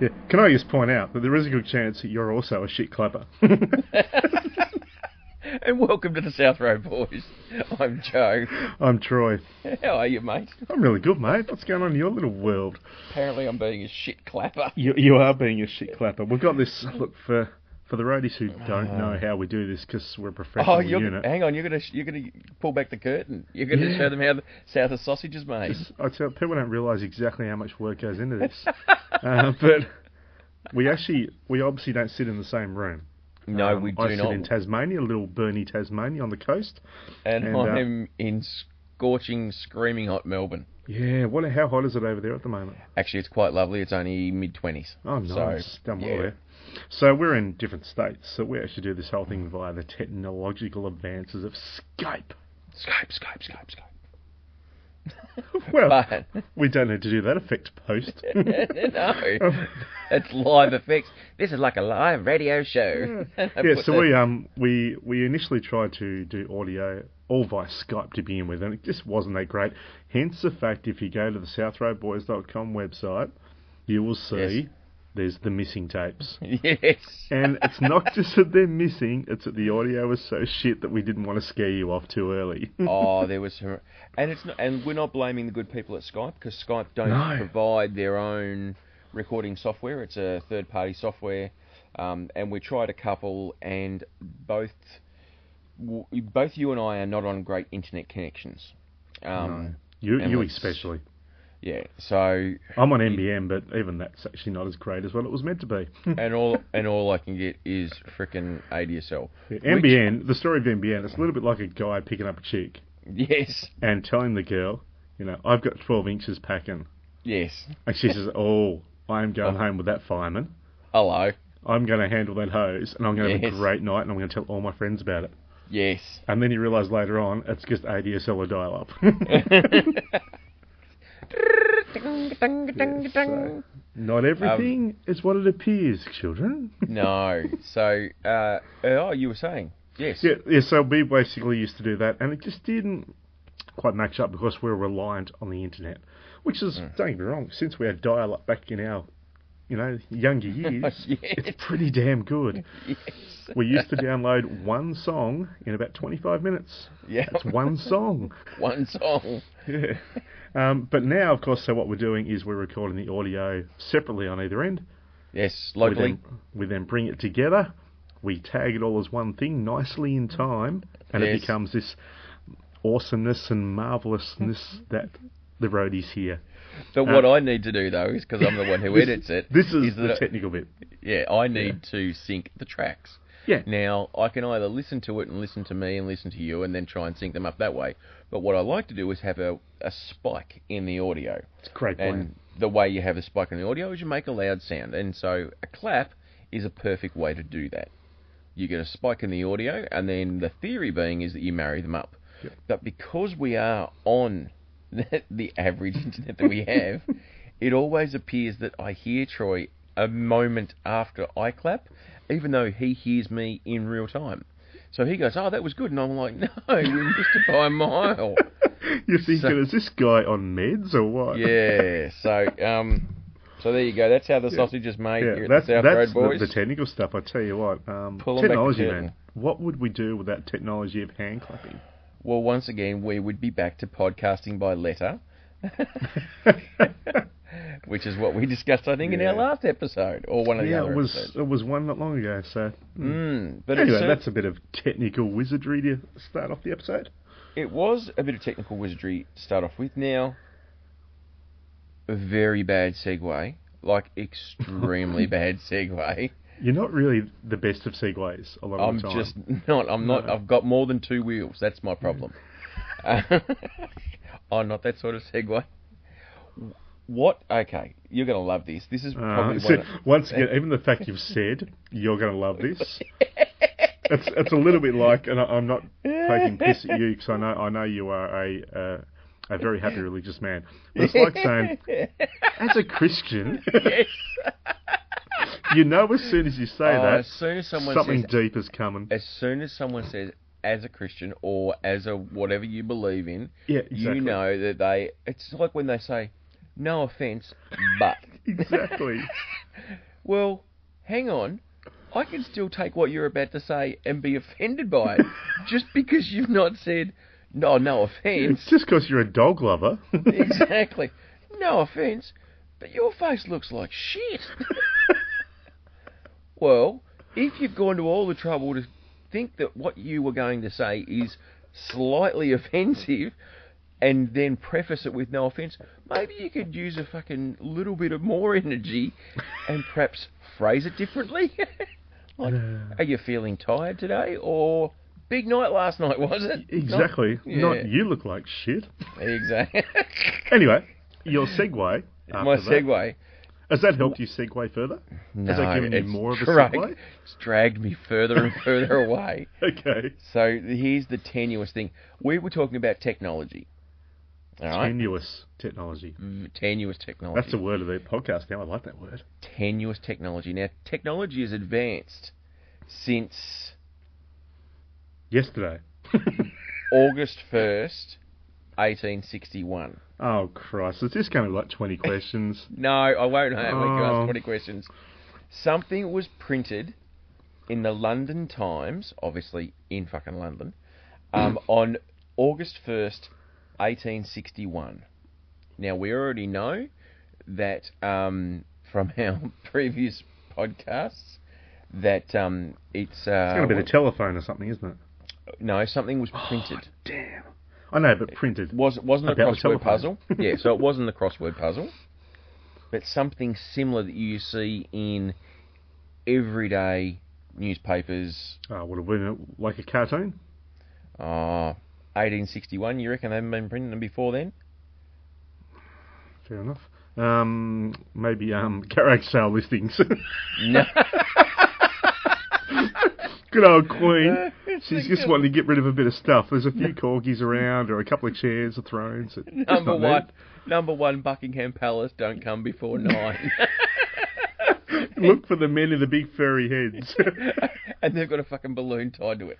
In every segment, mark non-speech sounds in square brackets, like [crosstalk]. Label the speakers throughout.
Speaker 1: Yeah. Can I just point out that there is a good chance that you're also a shit [laughs] clapper?
Speaker 2: and welcome to the South Road Boys. [laughs] I'm Joe.
Speaker 1: I'm Troy.
Speaker 2: How are you, mate?
Speaker 1: I'm really good, mate. What's going on in your little world?
Speaker 2: Apparently, I'm being a shit clapper.
Speaker 1: You, you are being a shit clapper. We've got this look for for the roadies who don't know how we do this because we're a professional
Speaker 2: Oh, you're
Speaker 1: unit.
Speaker 2: hang on. You're gonna you're gonna pull back the curtain. You're gonna
Speaker 1: Yeah.
Speaker 2: show them how the South of sausage is made.
Speaker 1: I tell people don't realise exactly how much work goes into [laughs] this, uh, but we actually we obviously don't sit in the same room.
Speaker 2: no,
Speaker 1: Um,
Speaker 2: we
Speaker 1: I
Speaker 2: do
Speaker 1: sit
Speaker 2: not.
Speaker 1: in Tasmania, little Burnie, Tasmania, on the coast.
Speaker 2: and
Speaker 1: and, uh,
Speaker 2: I'm in scorching, screaming hot Melbourne.
Speaker 1: Yeah, what? How hot is it over there at the moment?
Speaker 2: Actually, it's quite lovely. It's only mid twenties.
Speaker 1: Oh, nice. Done well
Speaker 2: yeah.
Speaker 1: there. So we're in different states, so we actually do this whole thing via the technological advances of Skype. [laughs]
Speaker 2: Skype, Skype, Skype, Skype.
Speaker 1: Well,
Speaker 2: But [laughs]
Speaker 1: we don't need to do that effect post.
Speaker 2: no,
Speaker 1: [laughs]
Speaker 2: it's live effects. This is like a live radio show. [laughs]
Speaker 1: yeah, so we um we we initially tried to do audio all via Skype to begin with, and it just wasn't that great. Hence the fact if you go to the southroadboys.com website, you will see
Speaker 2: Yes.
Speaker 1: there's the missing tapes.
Speaker 2: [laughs] yes.
Speaker 1: And it's not just that they're missing, it's that the audio was so shit that we didn't want to scare you off too early.
Speaker 2: oh, there was some, and it's not, and we're not blaming the good people at Skype because Skype don't
Speaker 1: No.
Speaker 2: provide their own recording software. It's a third-party software, um, and we tried a couple, and both w- both you and I are not on great internet connections. Um,
Speaker 1: You,
Speaker 2: And
Speaker 1: you
Speaker 2: let's-
Speaker 1: especially.
Speaker 2: Yeah, so
Speaker 1: I'm on NBM, but even that's actually not as great as what it was meant to
Speaker 2: [laughs]
Speaker 1: be.
Speaker 2: and all and all I can get is frickin' ADSL.
Speaker 1: NBN, the story of NBN, it's a little bit like a guy picking up a chick
Speaker 2: Yes,
Speaker 1: and telling the girl, you know, I've got 12 inches packing.
Speaker 2: yes.
Speaker 1: And she
Speaker 2: [laughs]
Speaker 1: says, oh, I'm going home with that fireman.
Speaker 2: Hello.
Speaker 1: I'm going to handle that hose, and I'm going to have
Speaker 2: Yes.
Speaker 1: a great night, and I'm going to tell all my friends about it.
Speaker 2: Yes.
Speaker 1: And then you realise later on, it's just ADSL or
Speaker 2: [laughs]
Speaker 1: dial-up. [laughs] so- Not everything
Speaker 2: Um,
Speaker 1: is what it appears, children.
Speaker 2: No. So, uh, oh, you were saying yes.
Speaker 1: Yeah, yeah, so we basically used to do that, and it just didn't quite match up because we were reliant on the internet, which is, don't get me wrong, since we had dial up back in our, you know, younger years,
Speaker 2: Yes.
Speaker 1: it's pretty damn good.
Speaker 2: Yes.
Speaker 1: We used to download one song in about 25 minutes.
Speaker 2: Yeah.
Speaker 1: That's one song.
Speaker 2: [laughs] One song.
Speaker 1: Yeah. Um, but now, of course, so what we're doing is we're recording the audio separately on either end.
Speaker 2: Yes,
Speaker 1: We
Speaker 2: locally.
Speaker 1: then, we then bring it together. We tag it all as one thing nicely in time, and it
Speaker 2: Yes.
Speaker 1: becomes this awesomeness and marvelousness that the roadies hear.
Speaker 2: But what I need to do though is because I'm the one who edits it.
Speaker 1: Um, This is, the
Speaker 2: that-
Speaker 1: technical bit.
Speaker 2: yeah, I need to sync the tracks.
Speaker 1: Yeah.
Speaker 2: Now I can either listen to it and listen to me and listen to you and then try and sync them up that way. But what I like to do is have a, a spike in the audio.
Speaker 1: It's a great plan.
Speaker 2: And the way you have a spike in the audio is you make a loud sound. And so a clap is a perfect way to do that. You get a spike in the audio, and then the theory being is that you marry them up. But because we are on [laughs] the, the average internet that we have, it always appears that I hear Troy a moment after I clap, even though he hears me in real time. So he goes, Oh, that was good. And I'm like, [laughs] No, we missed it by a mile.
Speaker 1: [laughs] You're thinking, is this guy on meds or what?
Speaker 2: Yeah. So, um, so there you go. That's how the sausage
Speaker 1: [laughs]
Speaker 2: is made
Speaker 1: Yeah,
Speaker 2: here at
Speaker 1: that's,
Speaker 2: the South
Speaker 1: that's
Speaker 2: Road
Speaker 1: the,
Speaker 2: Boys.
Speaker 1: the technical stuff. I tell you what, um,
Speaker 2: Pull 'em back the
Speaker 1: technology,
Speaker 2: curtain.
Speaker 1: man. What would we do without technology of hand
Speaker 2: [laughs]
Speaker 1: clapping?
Speaker 2: well, once again, we would be back to podcasting by letter, which is what we discussed, I think, in
Speaker 1: Yeah.
Speaker 2: our last episode or one of the
Speaker 1: Yeah,
Speaker 2: other
Speaker 1: it was
Speaker 2: episodes.
Speaker 1: it was one not long ago. So
Speaker 2: Mm, but
Speaker 1: anyway,
Speaker 2: it, cer-
Speaker 1: that's a bit of technical wizardry to start off the episode.
Speaker 2: it was a bit of technical wizardry to start off with. Now, a very bad segue, like
Speaker 1: [laughs]
Speaker 2: extremely bad segue.
Speaker 1: You're not really the best of segues a lot of
Speaker 2: I'm
Speaker 1: the time.
Speaker 2: just [laughs] not. I'm not. I've got more than two wheels. That's
Speaker 1: [laughs]
Speaker 2: my problem. oh, not that sort of segue. What? Okay, you're gonna love this. This is
Speaker 1: Uh, [laughs]
Speaker 2: probably
Speaker 1: so
Speaker 2: one. Of,
Speaker 1: once again, even the fact you've said you're going to love this, [laughs] it's it's a little bit like, and I, I'm not taking piss at you because I know I know you are a uh, a very happy religious man. But it's like saying, as a [laughs] Christian,
Speaker 2: yes.
Speaker 1: you know as soon as you say
Speaker 2: Oh,
Speaker 1: that,
Speaker 2: as soon as someone
Speaker 1: something
Speaker 2: says,
Speaker 1: deep is coming.
Speaker 2: as soon as someone says, as a Christian or as a whatever you believe in,
Speaker 1: Yeah,
Speaker 2: you
Speaker 1: exactly.
Speaker 2: know that they. It's like when they say, no offense, but
Speaker 1: exactly.
Speaker 2: Well, hang on. I can still take what you're about to say and be offended by it just because you've not said, no,
Speaker 1: [laughs]
Speaker 2: no
Speaker 1: it's [laughs]
Speaker 2: offence.
Speaker 1: just because you're a dog lover.
Speaker 2: exactly. No offence, but your face looks like shit. well, if you've gone to all the trouble to think that what you were going to say is slightly [laughs] offensive and then preface it with no offence, maybe you could use a fucking little bit of more [laughs] energy and perhaps phrase it differently. [laughs] like, are you feeling tired today or. Big night last night, was it?
Speaker 1: [laughs] E-, exactly.
Speaker 2: Not- yeah.
Speaker 1: Not you look like shit.
Speaker 2: Exactly.
Speaker 1: [laughs] Anyway,
Speaker 2: [laughs]
Speaker 1: your segue.
Speaker 2: My
Speaker 1: after that-
Speaker 2: segue.
Speaker 1: Has that helped you segue further?
Speaker 2: No,
Speaker 1: Has that given you
Speaker 2: it's
Speaker 1: more of a
Speaker 2: drag-
Speaker 1: segue? [laughs]
Speaker 2: It's dragged me further and further away.
Speaker 1: Okay.
Speaker 2: So here's the tenuous thing. We were talking about technology. All right.
Speaker 1: Tenuous technology.
Speaker 2: V- tenuous technology.
Speaker 1: That's the word of the podcast now. I like that word.
Speaker 2: tenuous technology. Now, technology has advanced since
Speaker 1: Yesterday.
Speaker 2: August 1st, 1861.
Speaker 1: Oh, Christ. Is this going to be like
Speaker 2: [laughs]
Speaker 1: 20 questions?
Speaker 2: No, I won't have we can
Speaker 1: Oh.
Speaker 2: ask 20 questions. Something was printed in the London Times, obviously in fucking London,
Speaker 1: [clears throat]
Speaker 2: um, on August 1st, 1861. Now, we already know that um, from [laughs] our previous podcasts that um, it's. Uh,
Speaker 1: It's going to be the telephone or something, isn't it?
Speaker 2: no, something was
Speaker 1: [gasps] Oh
Speaker 2: printed.
Speaker 1: Damn. I know, but printed.
Speaker 2: Was wasn't a
Speaker 1: About a
Speaker 2: crossword
Speaker 1: telephone. [laughs]
Speaker 2: puzzle. yeah, so it wasn't a crossword puzzle, but something similar that you see in everyday newspapers.
Speaker 1: Oh, would have been like a cartoon?
Speaker 2: Ah, 1861. You reckon they haven't been printing them before
Speaker 1: [laughs]
Speaker 2: then?
Speaker 1: Fair enough. Um, maybe um, [laughs] garage sale listings. [laughs]
Speaker 2: No.
Speaker 1: Good old Queen. She's
Speaker 2: [laughs] It's
Speaker 1: just wanting to get rid of a bit of stuff. There's a few corgis around, or a couple of chairs or thrones. It's not
Speaker 2: number one,
Speaker 1: needed.
Speaker 2: number one, Buckingham Palace. Don't come before nine. [laughs]
Speaker 1: Look for the men in the big furry heads. [laughs]
Speaker 2: and they've got a fucking balloon tied to it.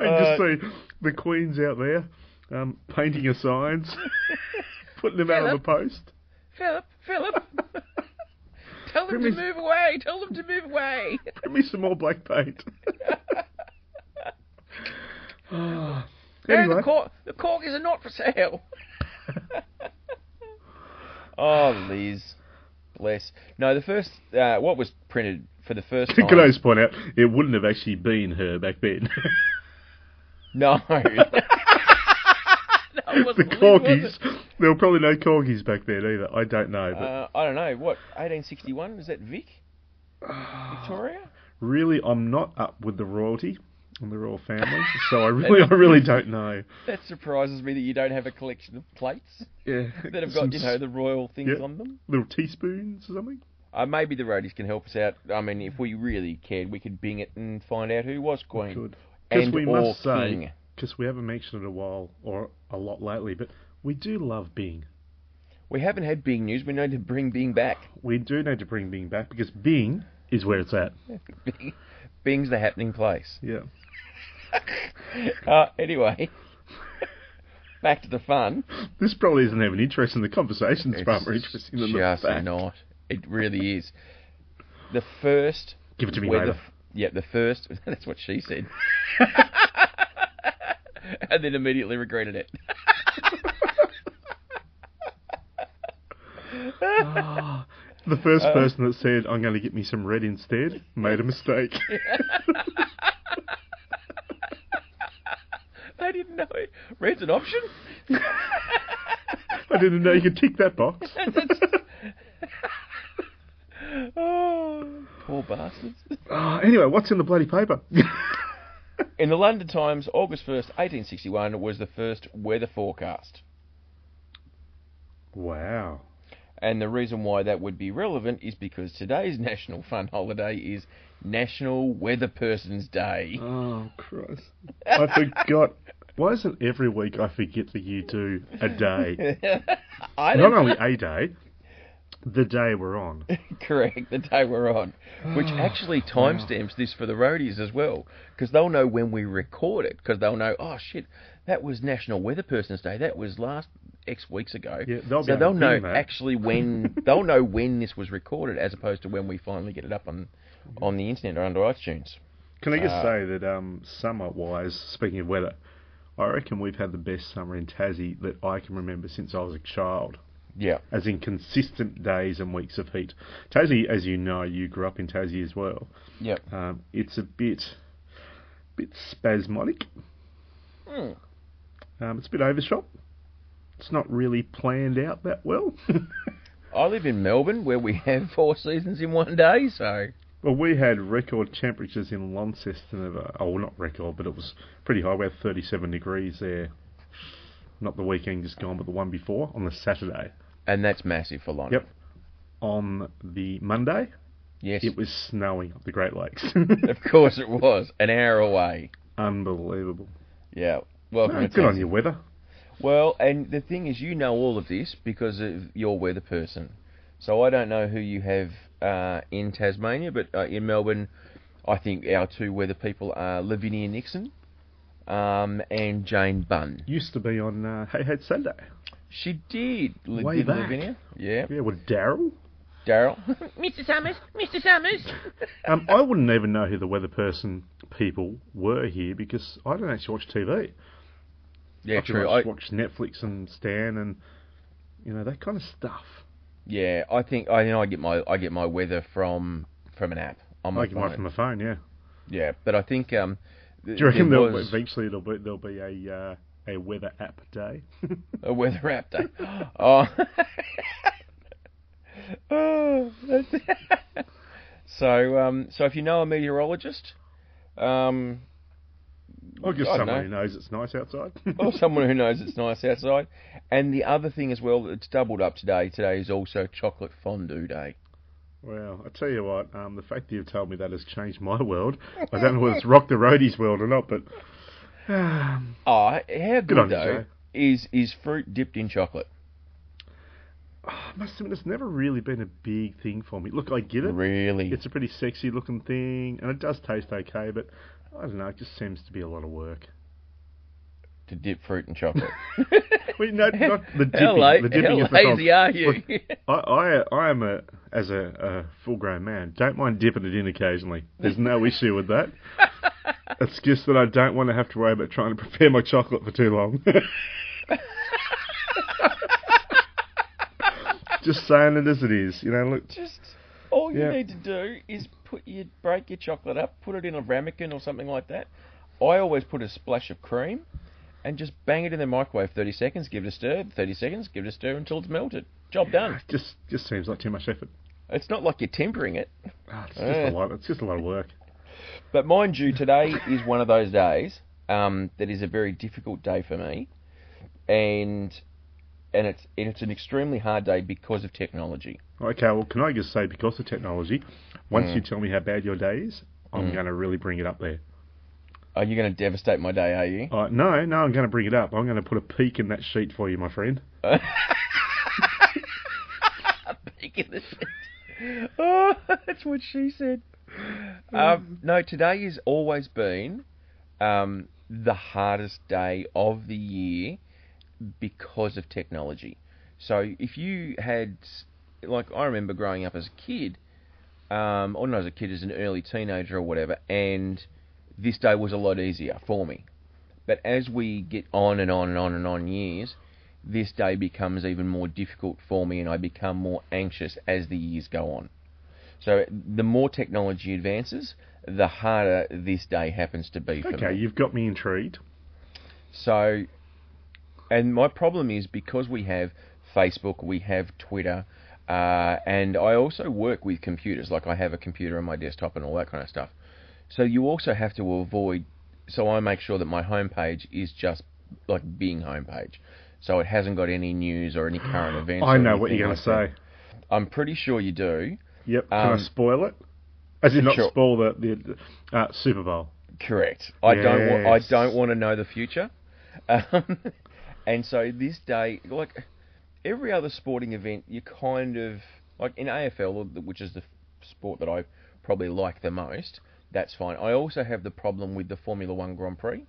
Speaker 1: I
Speaker 2: Uh,
Speaker 1: just see the Queen's out there um, painting her
Speaker 2: [laughs]
Speaker 1: signs, putting them out on the post.
Speaker 2: Philip, [laughs] Philip, tell them to
Speaker 1: Remember-
Speaker 2: move away. Tell them to move away.
Speaker 1: Give me some more black
Speaker 2: [laughs]
Speaker 1: paint.
Speaker 2: No,
Speaker 1: anyway,
Speaker 2: the, cor- the corgis are not for sale. [laughs] oh, Liz. Bless. No, the first, uh, what was printed for the first time.
Speaker 1: can I just point out, it wouldn't have actually been her back then.
Speaker 2: [laughs]
Speaker 1: [laughs]
Speaker 2: No. no, it wasn't
Speaker 1: the
Speaker 2: Liz, was it?
Speaker 1: corgis, there were probably no corgis back then either. I don't know, but
Speaker 2: Uh, I don't know. What, 1861? Is that Vic? Victoria?
Speaker 1: really, I'm not up with the royalty and the royal
Speaker 2: [laughs]
Speaker 1: family, so I really, I really don't know.
Speaker 2: That surprises me that you don't have a collection of plates [laughs]
Speaker 1: Yeah,
Speaker 2: that have got, you know, the royal things
Speaker 1: Yeah.
Speaker 2: on them.
Speaker 1: little teaspoons or something.
Speaker 2: Uh, maybe the roadies can help us out. I mean, if we really cared, we could bing it and find out who was queen.
Speaker 1: Good. Because
Speaker 2: And
Speaker 1: we
Speaker 2: or
Speaker 1: must
Speaker 2: king.
Speaker 1: say, because we haven't mentioned it a while or a lot lately, but we do love Bing.
Speaker 2: We haven't had Bing news. We need to bring Bing back. [laughs]
Speaker 1: We do need to bring Bing back because Bing is where it's at.
Speaker 2: Bing, Bing's the happening
Speaker 1: [laughs]
Speaker 2: place.
Speaker 1: Yeah.
Speaker 2: Uh, anyway, [laughs] back to the fun.
Speaker 1: This probably isn't even interesting. The conversation's far more interesting than
Speaker 2: just
Speaker 1: the fact.
Speaker 2: not. It really is. The first.
Speaker 1: Give it to me
Speaker 2: where the
Speaker 1: later.
Speaker 2: f- yeah, the first. [laughs] That's what
Speaker 1: [laughs]
Speaker 2: she said. and then immediately regretted it.
Speaker 1: [gasps]
Speaker 2: [laughs]
Speaker 1: The first
Speaker 2: Uh.
Speaker 1: person that said, I'm going to get me some red instead,
Speaker 2: [laughs]
Speaker 1: made a mistake.
Speaker 2: I didn't know it. Red's an option. [laughs]
Speaker 1: I didn't know you could tick that box.
Speaker 2: Oh, poor bastards.
Speaker 1: Ah, anyway, what's in the bloody paper?
Speaker 2: In the London Times, August 1st, 1861, was the first weather forecast.
Speaker 1: [laughs] wow.
Speaker 2: And the reason why that would be relevant is because today's [laughs] national fun holiday is National Weather Person's Day.
Speaker 1: Oh, Christ. I forgot. Why isn't every week I forget that you do a [laughs] day?
Speaker 2: [laughs] I
Speaker 1: Not
Speaker 2: don't
Speaker 1: only a day, the day we're on.
Speaker 2: [laughs] correct the day we're on, which
Speaker 1: Ah,
Speaker 2: actually timestamps this for the roadies as well, because they'll know when we record it, because they'll know, oh shit, That was National Weather Person's Day. That was last X weeks ago.
Speaker 1: Yeah, they'll be
Speaker 2: so
Speaker 1: able
Speaker 2: they'll
Speaker 1: to
Speaker 2: know
Speaker 1: ping that.
Speaker 2: actually
Speaker 1: [laughs]
Speaker 2: when they'll know when this was recorded, as opposed to when we finally get it up on on the internet or under iTunes.
Speaker 1: Can I just
Speaker 2: Uh,
Speaker 1: say that um, summer-wise, speaking of weather, I reckon we've had the best summer in Tassie that I can remember since I was a child,
Speaker 2: Yeah,
Speaker 1: as in consistent days and weeks of heat. Tassie, as you know, you grew up in Tassie as well.
Speaker 2: yeah.
Speaker 1: Um, it's a bit, bit spasmodic.
Speaker 2: Hmm.
Speaker 1: Um, it's a bit overshot. It's not really planned out that
Speaker 2: [laughs]
Speaker 1: well.
Speaker 2: I live in Melbourne, where we [laughs] have four seasons in one day. So
Speaker 1: well, we had record temperatures in Launceston. Of, uh, oh, not record, but it was pretty high. We had 37 degrees there. Not the weekend just gone, but the one before on the Saturday.
Speaker 2: and that's massive for London.
Speaker 1: Yep. On the Monday,
Speaker 2: Yes. [laughs]
Speaker 1: it was snowing up the Great Lakes.
Speaker 2: Of course it was. An hour away.
Speaker 1: Unbelievable.
Speaker 2: Yeah. Welcome.
Speaker 1: No,
Speaker 2: to
Speaker 1: good on
Speaker 2: Tassie.
Speaker 1: your weather.
Speaker 2: Well, and the thing is, you know all of this because of your weather person. So I don't know who you have uh, in Tasmania, but uh, in Melbourne, I think our two weather people are Lavinia Nixon um, and Jane Bunn.
Speaker 1: Used to be on uh, Hey Hey Sunday.
Speaker 2: She did. li-
Speaker 1: Way
Speaker 2: did
Speaker 1: back.
Speaker 2: Lavinia? Yeah.
Speaker 1: Yeah, with Daryl.
Speaker 2: Daryl. [laughs]
Speaker 3: Mr. Summers, Mr. Summers.
Speaker 1: Um, I wouldn't even know who the weather person people were here because I don't actually watch TV.
Speaker 2: yeah,
Speaker 1: I pretty
Speaker 2: true.
Speaker 1: much
Speaker 2: I,
Speaker 1: watch Netflix and Stan and you know that kind of stuff.
Speaker 2: yeah, I think I, you know, I get my I get my weather from from an app on my
Speaker 1: I can
Speaker 2: phone.
Speaker 1: watch from my phone, yeah.
Speaker 2: Yeah, but I think um, th-
Speaker 1: Do you reckon
Speaker 2: there
Speaker 1: there'll
Speaker 2: was-
Speaker 1: eventually it'll be there'll be a uh, a weather app day? [laughs]
Speaker 2: A weather raptor. [gasps] oh. [laughs] Oh, that's- [laughs] so, um, so if you know a meteorologist, um,
Speaker 1: or just
Speaker 2: I don't
Speaker 1: someone
Speaker 2: know. Oh.
Speaker 1: who knows it's nice
Speaker 2: [laughs]
Speaker 1: outside?
Speaker 2: or someone who knows it's nice outside, and the other thing as well, it's doubled up today. Today is also chocolate fondue day.
Speaker 1: well, I tell you what, um, the fact that you've told me that has changed my world. I don't know whether it's rock the roadies world or not, but [sighs] um,
Speaker 2: Ah, how good,
Speaker 1: on you,
Speaker 2: though
Speaker 1: Jay.
Speaker 2: is is fruit dipped in chocolate?
Speaker 1: Ah, I must admit it's never really been a big thing for me. Look, I get it.
Speaker 2: Really?
Speaker 1: It's a pretty sexy looking thing, and it does taste okay, but I don't know, it just seems to be a lot of work.
Speaker 2: to dip fruit
Speaker 1: [laughs]
Speaker 2: in chocolate.
Speaker 1: Wait,
Speaker 2: [laughs]
Speaker 1: no, not the dipping.
Speaker 2: how la-
Speaker 1: the dipping
Speaker 2: how
Speaker 1: is the problem.
Speaker 2: lazy are you?
Speaker 1: Look, I, I, I am a as a, a full grown man. Don't mind dipping it in occasionally. There's no issue with
Speaker 2: [laughs]
Speaker 1: that. It's just that I don't want to have to worry about trying to prepare my chocolate for too
Speaker 2: [laughs]
Speaker 1: long. just saying it as it is. You know, look,
Speaker 2: [laughs] Just all you
Speaker 1: Yeah.
Speaker 2: need to do is put your break your chocolate up, put it in a ramekin or something like that. I always put a splash of cream and just bang it in the microwave 30 seconds, give it a stir, 30 seconds, give it a stir until it's melted. Job done.
Speaker 1: it just just seems like too much effort.
Speaker 2: It's not like you're tempering it.
Speaker 1: Ah, it's just a
Speaker 2: Yeah.
Speaker 1: lot. It's just a lot of work.
Speaker 2: But mind you, today is one of those days um, that is a very difficult day for me, and and it's and it's an extremely hard day because of technology.
Speaker 1: Okay, well, can I just say because of technology, once
Speaker 2: Mm.
Speaker 1: you tell me how bad your day is, I'm going to really bring it up there.
Speaker 2: Are you going to devastate my day? Are you?
Speaker 1: Uh, no, no, I'm going to bring it up. I'm going to put a peak in that sheet for you, my friend.
Speaker 2: Taking the shit. [laughs] Oh, that's what she said. Um, no, today has always been um, the hardest day of the year because of technology. So if you had, like, I remember growing up as a kid, um, or not as a kid, as an early teenager or whatever, and this day was a lot easier for me. But as we get on and on and on and on years, this day becomes even more difficult for me and I become more anxious as the years go on. So the more technology advances, the harder this day happens to be for me.
Speaker 1: Okay, you've got me intrigued.
Speaker 2: So, and my problem is because we have Facebook, we have Twitter, uh, and I also work with computers. Like I have a computer on my desktop and all that kind of stuff. So you also have to avoid. So I make sure that my homepage is just like being homepage. So it hasn't got any news or any
Speaker 1: [gasps]
Speaker 2: current events.
Speaker 1: I
Speaker 2: or
Speaker 1: know what
Speaker 2: anything
Speaker 1: you're going
Speaker 2: like
Speaker 1: to
Speaker 2: that.
Speaker 1: say.
Speaker 2: I'm pretty sure you do.
Speaker 1: Yep. Can
Speaker 2: Um,
Speaker 1: I spoil it? As in, not
Speaker 2: Sure.
Speaker 1: spoil the, the uh, Super Bowl.
Speaker 2: Correct. I don't. Wa- I
Speaker 1: Yes.
Speaker 2: don't want to know the future. [laughs] Um, and so this day, like every other sporting event, you kind of like in AFL, which is the sport that I probably like the most. That's fine. I also have the problem with the Formula One Grand Prix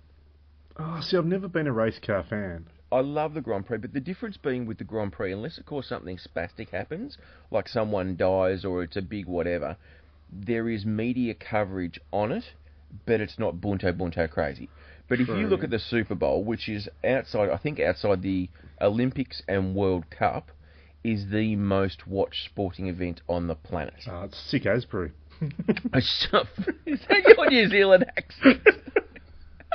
Speaker 1: Oh, see, I've never been a race car fan.
Speaker 2: I love the Grand Prix, but the difference being with the Grand Prix, unless of course something spastic happens, like someone dies or it's a big whatever, there is media coverage on it, but it's not bunto bunto crazy. But if you
Speaker 1: True.
Speaker 2: look at the Super Bowl, which is outside, I think outside the Olympics and World Cup, is the most watched sporting event on
Speaker 1: [laughs]
Speaker 2: the planet.
Speaker 1: Oh, it's sick
Speaker 2: [laughs]
Speaker 1: Asbury.
Speaker 2: I shut. Is that your New Zealand
Speaker 1: [laughs]
Speaker 2: accent?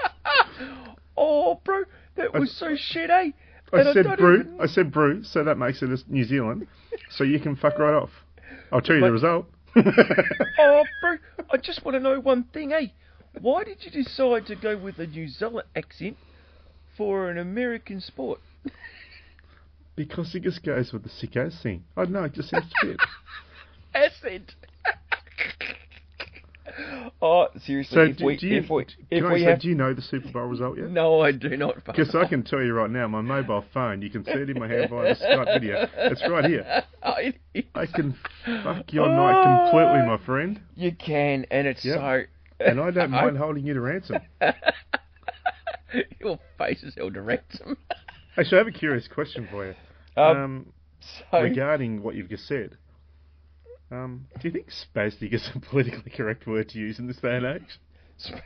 Speaker 2: [laughs] oh, bro, that was so shit, eh?
Speaker 1: I
Speaker 2: And
Speaker 1: said
Speaker 2: don't
Speaker 1: brew.
Speaker 2: even-
Speaker 1: I said brew, so that makes it as New Zealand. So you can fuck right off. I'll tell you
Speaker 2: But-
Speaker 1: the result.
Speaker 2: [laughs] Oh, bro, I just want to know one thing, eh? Why did you decide to go with a New Zealand accent for an American sport?
Speaker 1: because he just goes with the sick ass thing. I don't know, it just seems
Speaker 2: [laughs]
Speaker 1: to fit.
Speaker 2: Accent. [laughs] oh, seriously,
Speaker 1: So
Speaker 2: if
Speaker 1: do,
Speaker 2: we
Speaker 1: do you,
Speaker 2: if we
Speaker 1: can
Speaker 2: if
Speaker 1: I
Speaker 2: we
Speaker 1: say,
Speaker 2: have
Speaker 1: do you know the Super Bowl result yet?
Speaker 2: no, I do not.
Speaker 1: Because I can tell you right now, my mobile phone, you can see it in my hand via the Skype video. It's right here.
Speaker 2: [laughs] I-
Speaker 1: I can fuck your
Speaker 2: Oh.
Speaker 1: night completely, my friend.
Speaker 2: You can, and it's
Speaker 1: Yep.
Speaker 2: so.
Speaker 1: And I
Speaker 2: [laughs]
Speaker 1: don't mind holding you to ransom.
Speaker 2: Your face is held to ransom.
Speaker 1: Actually, I have a curious question for you.
Speaker 2: Um,
Speaker 1: Um,
Speaker 2: [laughs] so,
Speaker 1: regarding what you've just said, um, do you think spastic is a [laughs] politically correct word to use in this day and age?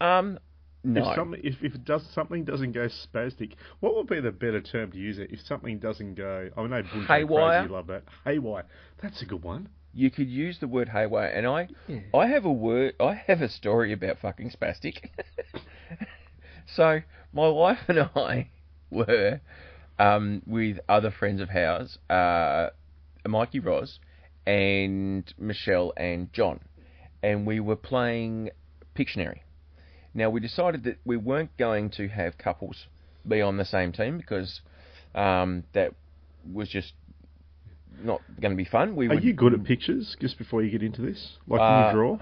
Speaker 2: um, no.
Speaker 1: If, something, if, if it does, something doesn't go spastic, what would be the better term to use it if something doesn't go... I know Bunjo
Speaker 2: Haywire?
Speaker 1: Crazy love that. Haywire. That's a good one.
Speaker 2: you could use the word haywire, and I, I have a word, I have a story about fucking spastic. [laughs] so my wife and I [laughs] were um, with other friends of ours, uh, Mikey Roz, and Michelle and John, and we were playing Pictionary. Now we decided that we weren't going to have couples be on the same team because um, that was just not going to be fun. We
Speaker 1: Are
Speaker 2: would
Speaker 1: you good at pictures, just before you get into this? Like, can
Speaker 2: Uh,
Speaker 1: you draw?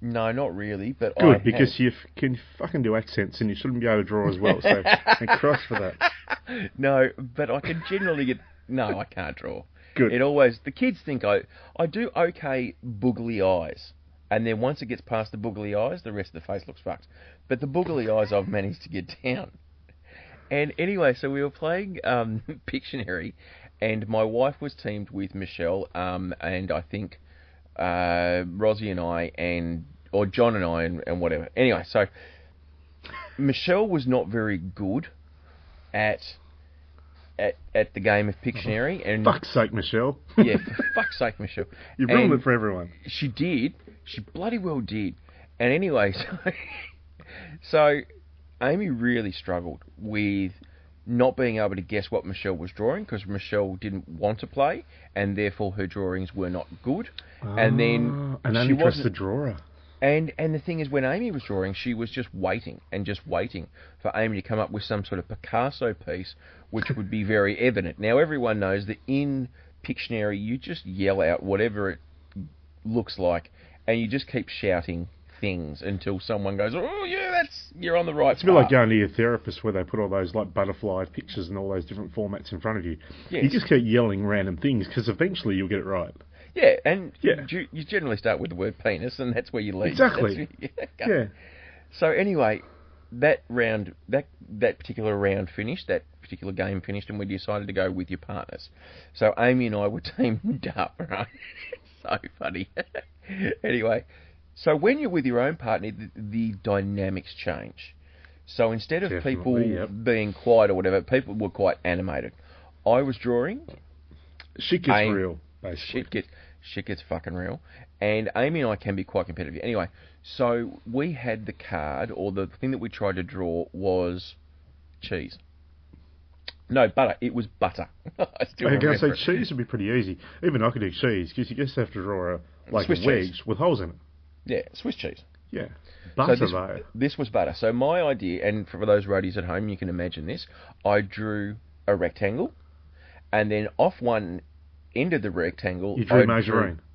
Speaker 2: No, not really. But I
Speaker 1: Good, because
Speaker 2: have-
Speaker 1: you f- can fucking do accents and you shouldn't be able to draw as well, so
Speaker 2: [laughs]
Speaker 1: and cross for that.
Speaker 2: [laughs] no, but I can generally get. No, I can't draw.
Speaker 1: Good.
Speaker 2: It always the kids think I I do okay boogly eyes, and then once it gets past the boogly eyes, the rest of the face looks fucked. But the boogly eyes I've managed to get [laughs] down. And anyway, so we were playing um, [laughs] Pictionary, and my wife was teamed with Michelle, um, and I think uh, Rosie and I, and or John and I, and, and whatever. Anyway, so Michelle was not very good at at, at the game of Pictionary, and
Speaker 1: Fuck's sake, Michelle. [laughs]
Speaker 2: yeah, for fuck's sake, Michelle,
Speaker 1: Uh-huh. You ruined
Speaker 2: And-
Speaker 1: it for everyone.
Speaker 2: she did. She bloody well did. And anyway, [laughs] so, so Amy really struggled with not being able to guess what Michelle was drawing because Michelle didn't want to play, and therefore her drawings were not good. and then
Speaker 1: Ah, an
Speaker 2: she
Speaker 1: uninterested
Speaker 2: wasn't.
Speaker 1: drawer.
Speaker 2: And and the thing is, when Amy was drawing, she was just waiting and just waiting for Amy to come up with some sort of Picasso piece, which would be very evident. Now everyone knows that in Pictionary, you just yell out whatever it looks like, and you just keep shouting things until someone goes, "Oh yeah, that's you're on the right."
Speaker 1: It's a bit like going to your therapist where they put all those like butterfly pictures and all those different formats in front of you. You
Speaker 2: Yes.
Speaker 1: just keep yelling random things because eventually you'll get it right.
Speaker 2: yeah, and
Speaker 1: Yeah.
Speaker 2: You, you generally start with the word penis, and that's where you [laughs] leave.
Speaker 1: Exactly.
Speaker 2: That's-
Speaker 1: Yeah.
Speaker 2: So anyway, that round, that that particular round finished, that particular game finished, and we decided to go with your partners. So Amy and I were [laughs] teamed up, right? [laughs] so funny. [laughs] anyway, so when you're with your own partner, the, the dynamics change. So instead of people
Speaker 1: Definitely, yep.
Speaker 2: being quiet or whatever, people were quite animated. I was drawing,
Speaker 1: Shit gets
Speaker 2: I-
Speaker 1: real, basically.
Speaker 2: shit gets shit gets fucking real. And Amy and I can be quite competitive. Anyway, so we had the card or the thing that we tried to draw was cheese. No, butter. It was butter. [laughs] I still
Speaker 1: I was going to
Speaker 2: remember.
Speaker 1: say
Speaker 2: it.
Speaker 1: cheese would be pretty easy. Even I could do cheese because you just have to draw a like
Speaker 2: Swiss
Speaker 1: a
Speaker 2: cheese.
Speaker 1: wedge with holes in it.
Speaker 2: Yeah, Swiss cheese.
Speaker 1: Yeah. Butter
Speaker 2: this-
Speaker 1: though.
Speaker 2: This was butter. So my idea, and for those roadies at home, you can imagine this. I drew a rectangle, and then off one end of the rectangle,
Speaker 1: You drew
Speaker 2: I
Speaker 1: margarine.
Speaker 2: [laughs]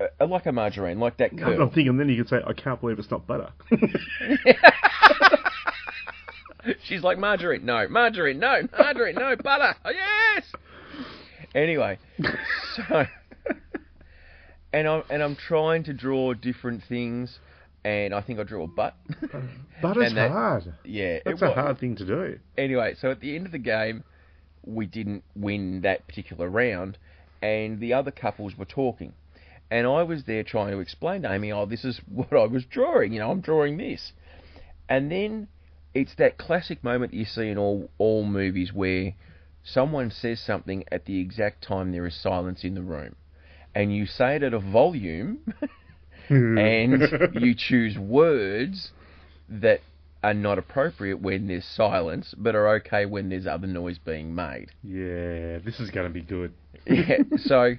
Speaker 2: uh, like a margarine, like that curve.
Speaker 1: I'm I'm thinking then you could say, I can't believe it's not butter. [laughs]
Speaker 2: She's like, margarine, no, margarine, no, margarine, no, butter, oh, yes.
Speaker 1: [laughs]
Speaker 2: Anyway, so, and I'm and I'm trying to draw different things, and I think I drew
Speaker 1: [laughs]
Speaker 2: a butt.
Speaker 1: Butter's
Speaker 2: And that-
Speaker 1: hard.
Speaker 2: yeah, it
Speaker 1: That's a
Speaker 2: was.
Speaker 1: hard thing to do.
Speaker 2: Anyway, so at the end of the game, we didn't win that particular round, and the other couples were talking. And I was there trying to explain to Amy, oh, this is [laughs] what I was drawing, you know, I'm drawing this. And then it's that classic moment you see in all, all movies where someone says something at the exact time there is silence in the room. And you say it at a volume, [laughs] and
Speaker 1: [laughs] Mm.
Speaker 2: you choose words that are not appropriate when there's silence, but are okay when there's other noise being made.
Speaker 1: Yeah, this is going to be good. [laughs]
Speaker 2: Yeah, so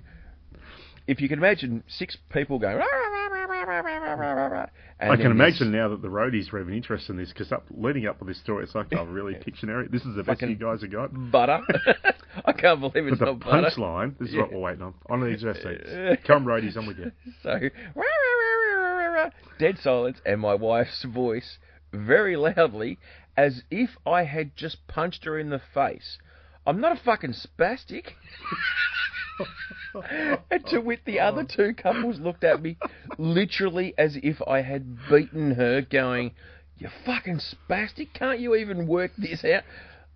Speaker 2: if you can imagine six people going, "Rah, rah, rah, rah, rah, rah, rah, rah, rah," and
Speaker 1: I
Speaker 2: then
Speaker 1: can
Speaker 2: there's-
Speaker 1: imagine now that the roadies were even interested in this because up leading up to this story, it's like, oh,
Speaker 2: [laughs]
Speaker 1: really, Pictionary? This is the best
Speaker 2: Fucking-
Speaker 1: you guys have got.
Speaker 2: butter. [laughs] I can't believe
Speaker 1: But
Speaker 2: it's
Speaker 1: the
Speaker 2: not butter.
Speaker 1: punchline, this is what we're waiting on. On these
Speaker 2: Yeah.
Speaker 1: seats.
Speaker 2: [laughs]
Speaker 1: Come, roadies, I'm with you.
Speaker 2: So, [laughs] rah, rah, rah, rah, rah, rah, rah, dead silence, and my wife's voice very loudly, as if I had just punched her in the face. I'm not a fucking spastic. [laughs] and to wit, the other two couples looked at me literally as if I had beaten her, going, You fucking spastic, can't you even work this out?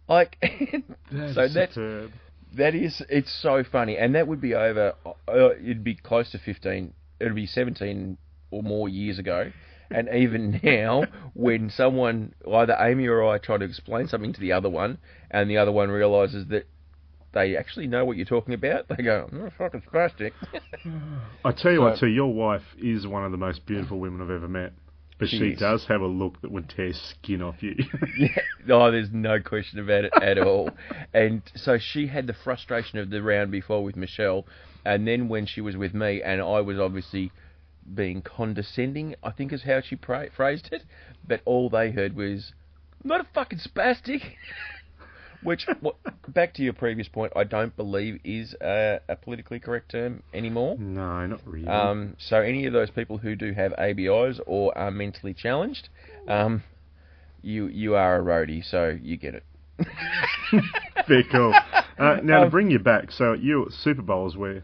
Speaker 2: Like, [laughs] so that's
Speaker 1: superb.
Speaker 2: that is, it's so funny, and that would be over. Uh, it'd be close to fifteen. It'd be seventeen or more years ago, and even [laughs] now, when someone either Amy or I try to explain something to the other one, and the other one realizes that they actually know what you're talking about, they go, oh, "Fucking spastic." [laughs]
Speaker 1: I tell you what,
Speaker 2: So-
Speaker 1: too, your wife is one of the most beautiful women I've ever met. But
Speaker 2: She
Speaker 1: she,
Speaker 2: is.
Speaker 1: does have a look that would tear skin off you. [laughs]
Speaker 2: [laughs] oh, there's no question about it at all. And so she had the frustration of the round before with Michelle, and then when she was with me, and I was obviously being condescending, I think is how she pra- phrased it, but all they heard was, not a fucking spastic. [laughs] Which, wha- back to your previous point, I don't believe is a, a politically correct term anymore.
Speaker 1: no, not really. [laughs]
Speaker 2: Um, so any of those people who do have ABIs or are mentally challenged, um, you you are a roadie, so you get it.
Speaker 1: Very cool. Uh,
Speaker 2: [laughs]
Speaker 1: now,
Speaker 2: Um,
Speaker 1: to bring you back, so you Super Bowl is where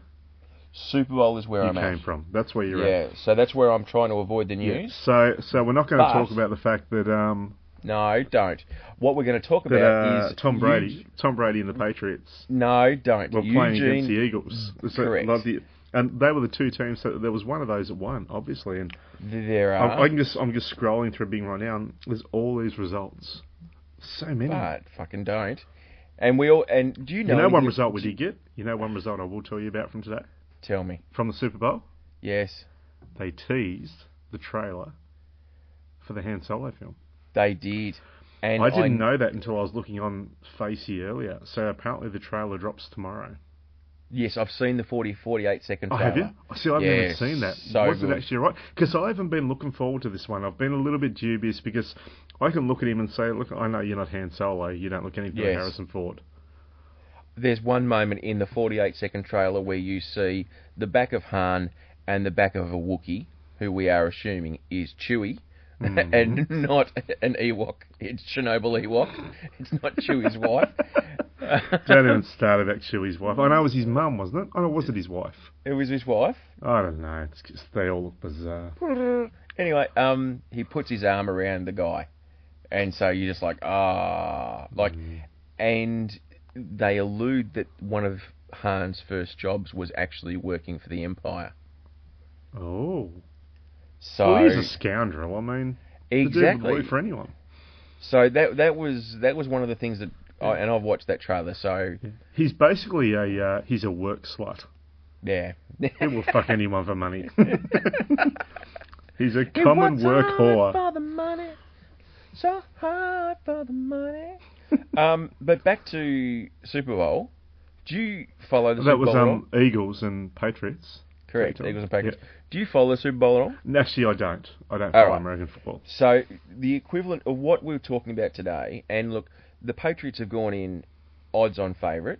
Speaker 2: Super Bowl is where
Speaker 1: you
Speaker 2: I'm
Speaker 1: came
Speaker 2: at.
Speaker 1: from. That's where you're at.
Speaker 2: Yeah, so that's where I'm trying to avoid the
Speaker 1: Yeah.
Speaker 2: news.
Speaker 1: So, so we're not going to
Speaker 2: But-
Speaker 1: talk about the fact that um,
Speaker 2: No, don't. What we're going to talk
Speaker 1: that
Speaker 2: about
Speaker 1: uh,
Speaker 2: is
Speaker 1: Tom
Speaker 2: Eug-
Speaker 1: Brady, Tom Brady and the Patriots
Speaker 2: No, don't.
Speaker 1: were playing against the
Speaker 2: Eugene,
Speaker 1: Eagles. So,
Speaker 2: Correct.
Speaker 1: like the- and they were the two teams. So there was one of those that won, obviously. And
Speaker 2: there
Speaker 1: I'm,
Speaker 2: are,
Speaker 1: I can just, I'm just scrolling through Bing right now, and there's all these results. So many.
Speaker 2: but fucking don't. And we all and do you
Speaker 1: you
Speaker 2: know?
Speaker 1: know one
Speaker 2: anything-
Speaker 1: result we did get. You know one result I will tell you about from today,
Speaker 2: Tell me.
Speaker 1: from the Super Bowl.
Speaker 2: Yes,
Speaker 1: They teased the trailer for the Han Solo film.
Speaker 2: they did. And
Speaker 1: I didn't know that until I was looking on Facey earlier. So apparently the trailer drops tomorrow.
Speaker 2: Yes, I've seen the 40, 48 second
Speaker 1: Oh,
Speaker 2: trailer.
Speaker 1: have you? See, I've
Speaker 2: Yeah,
Speaker 1: never seen that.
Speaker 2: so
Speaker 1: Was
Speaker 2: good.
Speaker 1: it actually right? Because I haven't been looking forward to this one. I've been a little bit dubious because I can look at him and say, "Look, I know you're not Han Solo. You don't look anything
Speaker 2: Yes.
Speaker 1: like Harrison Ford."
Speaker 2: there's one moment in the 48 second trailer where you see the back of Han and the back of a Wookiee, who we are assuming is Chewie, [laughs] and
Speaker 1: Mm-hmm.
Speaker 2: not an Ewok. It's Chernobyl Ewok. It's not
Speaker 1: [laughs]
Speaker 2: Chewie's wife.
Speaker 1: Don't even start about Chewie's wife. I know it was his mum, wasn't it? Oh, no, was it his wife?
Speaker 2: It was his wife.
Speaker 1: I don't know. It's just, they all look bizarre.
Speaker 2: Anyway, um, he puts his arm around the guy, and so you're just like, ah, like,
Speaker 1: Mm.
Speaker 2: and they allude that one of Han's first jobs was actually working for the Empire.
Speaker 1: Oh,
Speaker 2: So
Speaker 1: well, he's a scoundrel. I mean, the dude
Speaker 2: exactly.
Speaker 1: would work for anyone.
Speaker 2: So that that was that was one of the things that, I, and I've watched that trailer. So
Speaker 1: He's basically a uh, he's a work slut.
Speaker 2: yeah, [laughs]
Speaker 1: He will fuck anyone for money. he's a common work whore.
Speaker 3: For the money.
Speaker 2: so hard for the money. [laughs] um, but back to Super Bowl. Do you follow the
Speaker 1: That
Speaker 2: Super
Speaker 1: was
Speaker 2: Bowl? at
Speaker 1: um, Eagles and Patriots.
Speaker 2: all? Correct,
Speaker 1: Patriots.
Speaker 2: Eagles and Patriots.
Speaker 1: Yeah.
Speaker 2: Do you follow the Super Bowl at all?
Speaker 1: No, Actually, I don't. I don't follow
Speaker 2: right.
Speaker 1: American football.
Speaker 2: So the equivalent of what we were talking about today, and look, the Patriots have gone in odds on favourite.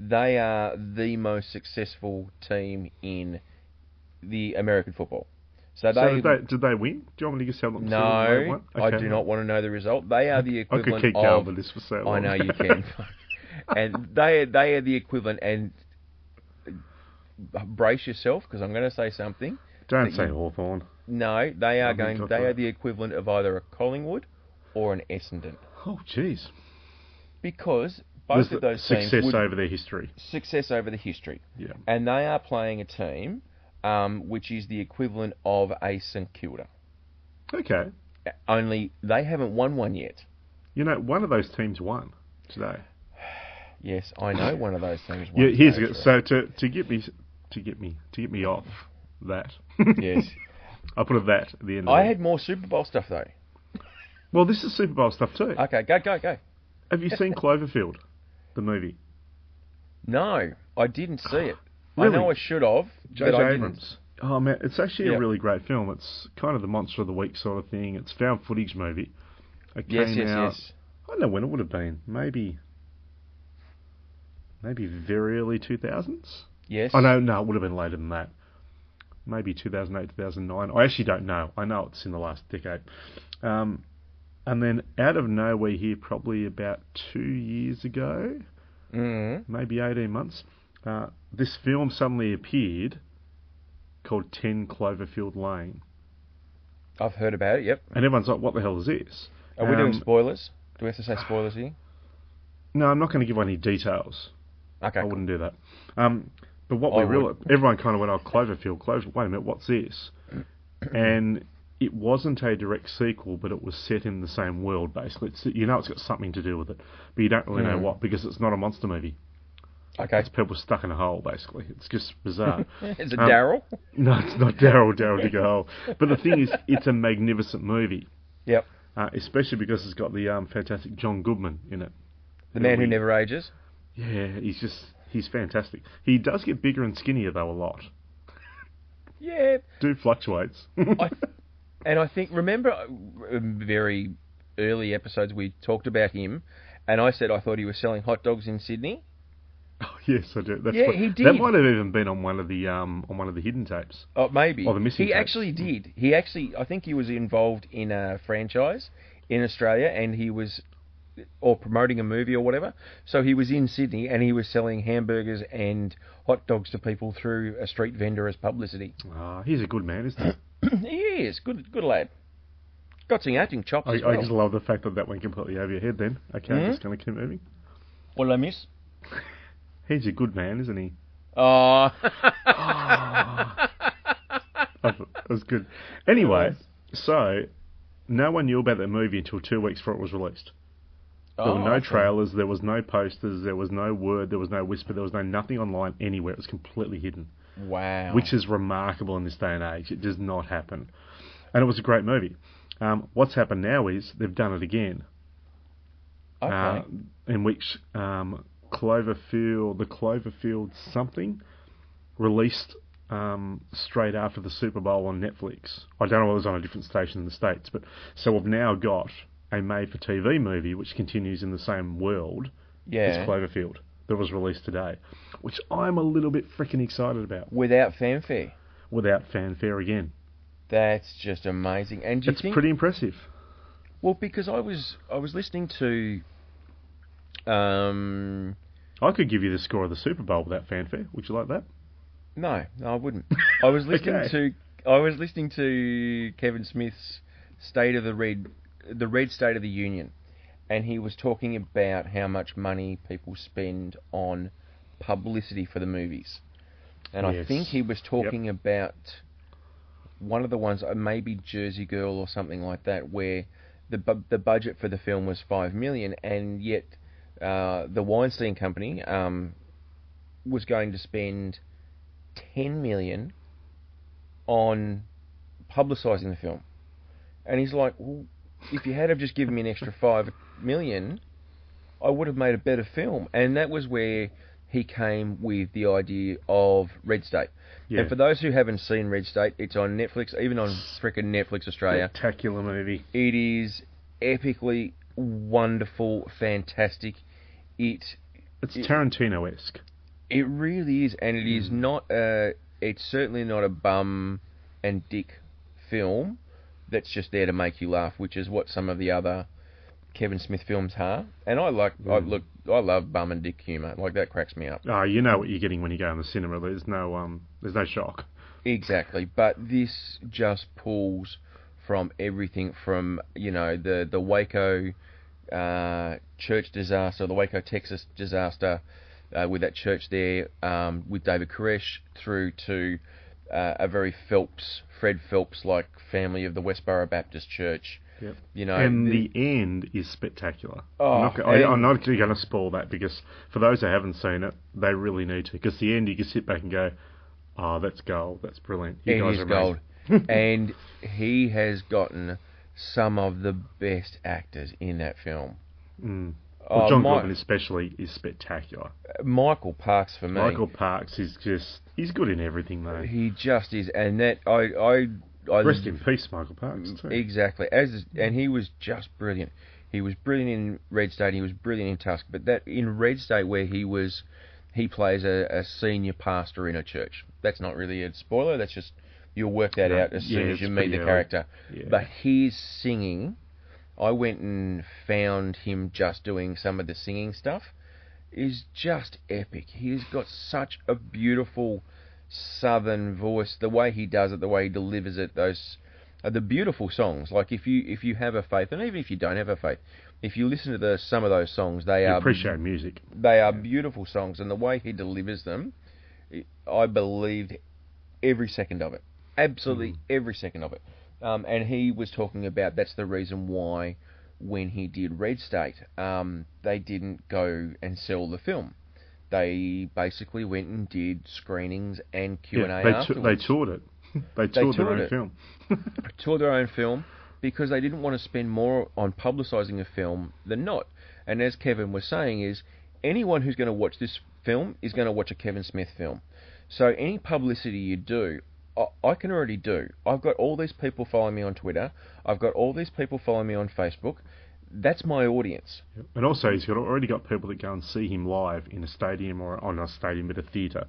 Speaker 2: They are the most successful team in the American football. So they,
Speaker 1: So did they, did they win? Do you want me to just tell them?
Speaker 2: No, I do not want to know the result. They are the
Speaker 1: I could
Speaker 2: equivalent
Speaker 1: keep going,
Speaker 2: of.
Speaker 1: but this was so
Speaker 2: I
Speaker 1: long.
Speaker 2: know
Speaker 1: [laughs]
Speaker 2: you can. and they they are the equivalent. And brace yourself because I'm going to say something.
Speaker 1: Don't say Hawthorn.
Speaker 2: No, they are
Speaker 1: I've been
Speaker 2: going.
Speaker 1: taught
Speaker 2: They
Speaker 1: that.
Speaker 2: are the equivalent of either a Collingwood or an Essendon,
Speaker 1: Oh, jeez.
Speaker 2: because
Speaker 1: Was
Speaker 2: both
Speaker 1: the
Speaker 2: of those
Speaker 1: success
Speaker 2: teams would
Speaker 1: over their history.
Speaker 2: success over the history,
Speaker 1: Yeah.
Speaker 2: and they are playing a team um, which is the equivalent of a St Kilda.
Speaker 1: Okay.
Speaker 2: Only they haven't won one yet.
Speaker 1: You know, one of those teams won today.
Speaker 2: Yes, I know one of those teams.
Speaker 1: Yeah,
Speaker 2: won
Speaker 1: here's
Speaker 2: today,
Speaker 1: a,
Speaker 2: Trevor.
Speaker 1: so to to get me to get me to get me off that.
Speaker 2: yes,
Speaker 1: [laughs] I'll put a that at the end. Of
Speaker 2: I
Speaker 1: it.
Speaker 2: had more Super Bowl stuff though.
Speaker 1: Well, this is Super Bowl stuff too.
Speaker 2: Okay, go go go.
Speaker 1: Have you seen Cloverfield, the
Speaker 2: [laughs]
Speaker 1: movie?
Speaker 2: No, I didn't see it.
Speaker 1: Really?
Speaker 2: I know I should have, but
Speaker 1: J.J.
Speaker 2: I didn't.
Speaker 1: Abrams. Oh man, it's actually
Speaker 2: Yeah.
Speaker 1: a really great film. It's kind of the monster of the week sort of thing. It's found footage movie. It
Speaker 2: Yes,
Speaker 1: came
Speaker 2: yes,
Speaker 1: out-
Speaker 2: yes.
Speaker 1: I don't know when it would have been. Maybe, maybe very early two thousands.
Speaker 2: Yes.
Speaker 1: Oh no, no, it would have been later than that. Maybe 2008, 2009. I actually don't know. I know it's in the last decade. Um, and then out of nowhere here, probably about two years ago,
Speaker 2: Mm.
Speaker 1: maybe 18 months, uh, this film suddenly appeared called 10 Cloverfield Lane.
Speaker 2: I've heard about it. Yep.
Speaker 1: And everyone's like, what the hell is this?
Speaker 2: Are Oh, we doing
Speaker 1: Um,
Speaker 2: spoilers? Do we have to say spoilers here?
Speaker 1: No, I'm not going to give any details.
Speaker 2: Okay.
Speaker 1: I
Speaker 2: cool.
Speaker 1: wouldn't do that. Um, but what
Speaker 2: I
Speaker 1: we
Speaker 2: would.
Speaker 1: realized, everyone kind of went, "Oh, Cloverfield, Cloverfield. Wait a minute, what's this?" and it wasn't a direct sequel, but it was set in the same world. Basically, it's, you know, it's got something to do with it, but you don't really know
Speaker 2: Mm.
Speaker 1: what because it's not a monster movie.
Speaker 2: Okay.
Speaker 1: It's people stuck in a hole. Basically, it's just
Speaker 2: [laughs]
Speaker 1: bizarre.
Speaker 2: Is it
Speaker 1: Um, [laughs]
Speaker 2: Daryl?
Speaker 1: no, it's not Daryl. Daryl dig a hole. But the thing is, it's a magnificent movie,
Speaker 2: Yep.
Speaker 1: uh, especially because it's got the um, fantastic John Goodman in it.
Speaker 2: The man who
Speaker 1: we-
Speaker 2: never ages.
Speaker 1: Yeah, he's just he's fantastic. He does get bigger and skinnier though a lot.
Speaker 2: Yeah.
Speaker 1: do fluctuates.
Speaker 2: [laughs] I, and I think remember uh, very early episodes we talked about him, and I said I thought he was selling hot dogs in Sydney.
Speaker 1: [laughs] oh, yes, I do. That's
Speaker 2: Yeah,
Speaker 1: what-
Speaker 2: he
Speaker 1: That
Speaker 2: did.
Speaker 1: might have even been on one of the um on one of the hidden tapes.
Speaker 2: Oh, maybe.
Speaker 1: Oh, the missing
Speaker 2: he
Speaker 1: tapes.
Speaker 2: actually did. He actually, I think he was involved in a franchise in Australia, and he was, or promoting a movie or whatever. So he was in Sydney, and he was selling hamburgers and hot dogs to people through a street vendor as publicity. [clears throat]
Speaker 1: Ah, he's a good man, isn't
Speaker 2: [coughs]
Speaker 1: he?
Speaker 2: he is good, good lad. Got some acting chops
Speaker 1: I,
Speaker 2: as well.
Speaker 1: I just love the fact that that went completely over your head. Then okay, I'm
Speaker 2: Mhm.
Speaker 1: just going to keep moving.
Speaker 2: What did I miss?
Speaker 1: He's a good man, isn't
Speaker 2: [laughs]
Speaker 1: he?
Speaker 2: Oh,
Speaker 1: I thought that Oh, was good. Anyway, so no one knew about that movie until two weeks before it was released. There were no
Speaker 2: Oh, okay.
Speaker 1: trailers, there was no posters, there was no word, there was no whisper, there was no nothing online anywhere. It was completely hidden.
Speaker 2: Oh, Wow.
Speaker 1: which is remarkable in this day and age. It does not happen. And it was a great movie. Um, what's happened now is they've done it again,
Speaker 2: okay.
Speaker 1: uh, in which um, Cloverfield, the Cloverfield something, released um, straight after the Super Bowl on Netflix. I don't know if it was on a different station in the States, but so we've now got a made for TV movie which continues in the same world
Speaker 2: yeah.
Speaker 1: as Cloverfield that was released today, which I'm a little bit freaking excited about
Speaker 2: Without fanfare,
Speaker 1: without fanfare again.
Speaker 2: that's just amazing. And do you
Speaker 1: It's
Speaker 2: think
Speaker 1: pretty impressive.
Speaker 2: Well, because I was I was listening to um
Speaker 1: I could give you the score of the Super Bowl without fanfare. Would you like that?
Speaker 2: no, no I wouldn't.
Speaker 1: [laughs]
Speaker 2: I was listening
Speaker 1: Okay.
Speaker 2: to I was listening to Kevin Smith's State of the Red the Red State of the Union and he was talking about how much money people spend on publicity for the movies. And I
Speaker 1: Yes.
Speaker 2: think he was talking about one of the ones, uh, maybe Jersey Girl or something like that, where the bu- the budget for the film was five million, and yet uh, the Weinstein Company um, was going to spend ten million on publicising the film, and he's like, well, if you had have just given me an extra five million, I would have made a better film, and that was where he came with the idea of Red State.
Speaker 1: Yeah.
Speaker 2: And for those who haven't seen Red State, it's on Netflix, even on frickin' Netflix Australia.
Speaker 1: Spectacular movie.
Speaker 2: It is epically wonderful, fantastic. It
Speaker 1: It's
Speaker 2: It-
Speaker 1: Tarantino esque.
Speaker 2: it really is, and it is not a. It's certainly not a bum and dick film that's just there to make you laugh, which is what some of the other Kevin Smith films are. And I like, I
Speaker 1: Mm.
Speaker 2: look, I love bum and dick humour. Like that cracks me up.
Speaker 1: Ah, you know what you're getting when you go in the cinema. There's no um, there's no shock.
Speaker 2: Exactly, but this just pulls from everything from you know the the Waco uh, church disaster, the Waco Texas disaster uh, with that church there um, with David Koresh, through to uh, a very Phelps, Fred Phelps like family of the Westboro Baptist Church.
Speaker 1: Yep.
Speaker 2: You know,
Speaker 1: and
Speaker 2: the-
Speaker 1: the end is spectacular.
Speaker 2: Oh,
Speaker 1: I'm not, go- I,
Speaker 2: and-
Speaker 1: I'm not actually going to spoil that because for those that haven't seen it, they really need to. Because the end, you can sit back and go, "Ah, that's gold. That's brilliant. You
Speaker 2: It
Speaker 1: guys
Speaker 2: is
Speaker 1: are amazing." [laughs]
Speaker 2: gold. and he has gotten some of the best actors in that film.
Speaker 1: Mm.
Speaker 2: Oh,
Speaker 1: well, John
Speaker 2: Mi-
Speaker 1: Goodman especially is spectacular.
Speaker 2: Michael Parks for me.
Speaker 1: Michael Parks is just he's good in everything though.
Speaker 2: He just is, and that I I I
Speaker 1: Rest in peace, Mm, Michael Parks. Too.
Speaker 2: exactly as and he was just brilliant. He was brilliant in Red State. He was brilliant in Tusk. But that in Red State where he was, he plays a, a senior pastor in a church. That's not really a spoiler. That's just you'll work that
Speaker 1: No,
Speaker 2: out as
Speaker 1: yeah,
Speaker 2: soon as
Speaker 1: it's
Speaker 2: you meet
Speaker 1: pretty
Speaker 2: the
Speaker 1: early.
Speaker 2: character.
Speaker 1: Yeah.
Speaker 2: But his singing, I went and found him just doing some of the singing stuff, is just epic. He's got such a beautiful southern voice. The way he does it, the way he delivers it, those are the beautiful songs. Like if you if you have a faith, and even if you don't have a faith, if you listen to the, some of those songs, they
Speaker 1: you
Speaker 2: are
Speaker 1: appreciate music.
Speaker 2: they are beautiful songs, and the way he delivers them, I believed every second of it.
Speaker 1: Mm.
Speaker 2: Absolutely every second of it. Um, and he was talking about that's the reason why when he did Red State, um, they didn't go and sell the film. They basically went and did screenings and Q and
Speaker 1: Yeah,
Speaker 2: A
Speaker 1: they, tou-
Speaker 2: afterwards.
Speaker 1: they toured [laughs] it. they toured their own
Speaker 2: toured it.
Speaker 1: film.
Speaker 2: toured their own film because they didn't want to spend more on publicising a film than not. And as Kevin was saying, is anyone who's going to watch this film is going to watch a Kevin Smith film. So any publicity you do, I, I can already do. I've got all these people following me on Twitter. I've got all these people following me on Facebook. That's my audience.
Speaker 1: And also, he's got, already got people that go and see him live in a stadium or on a stadium at a theatre.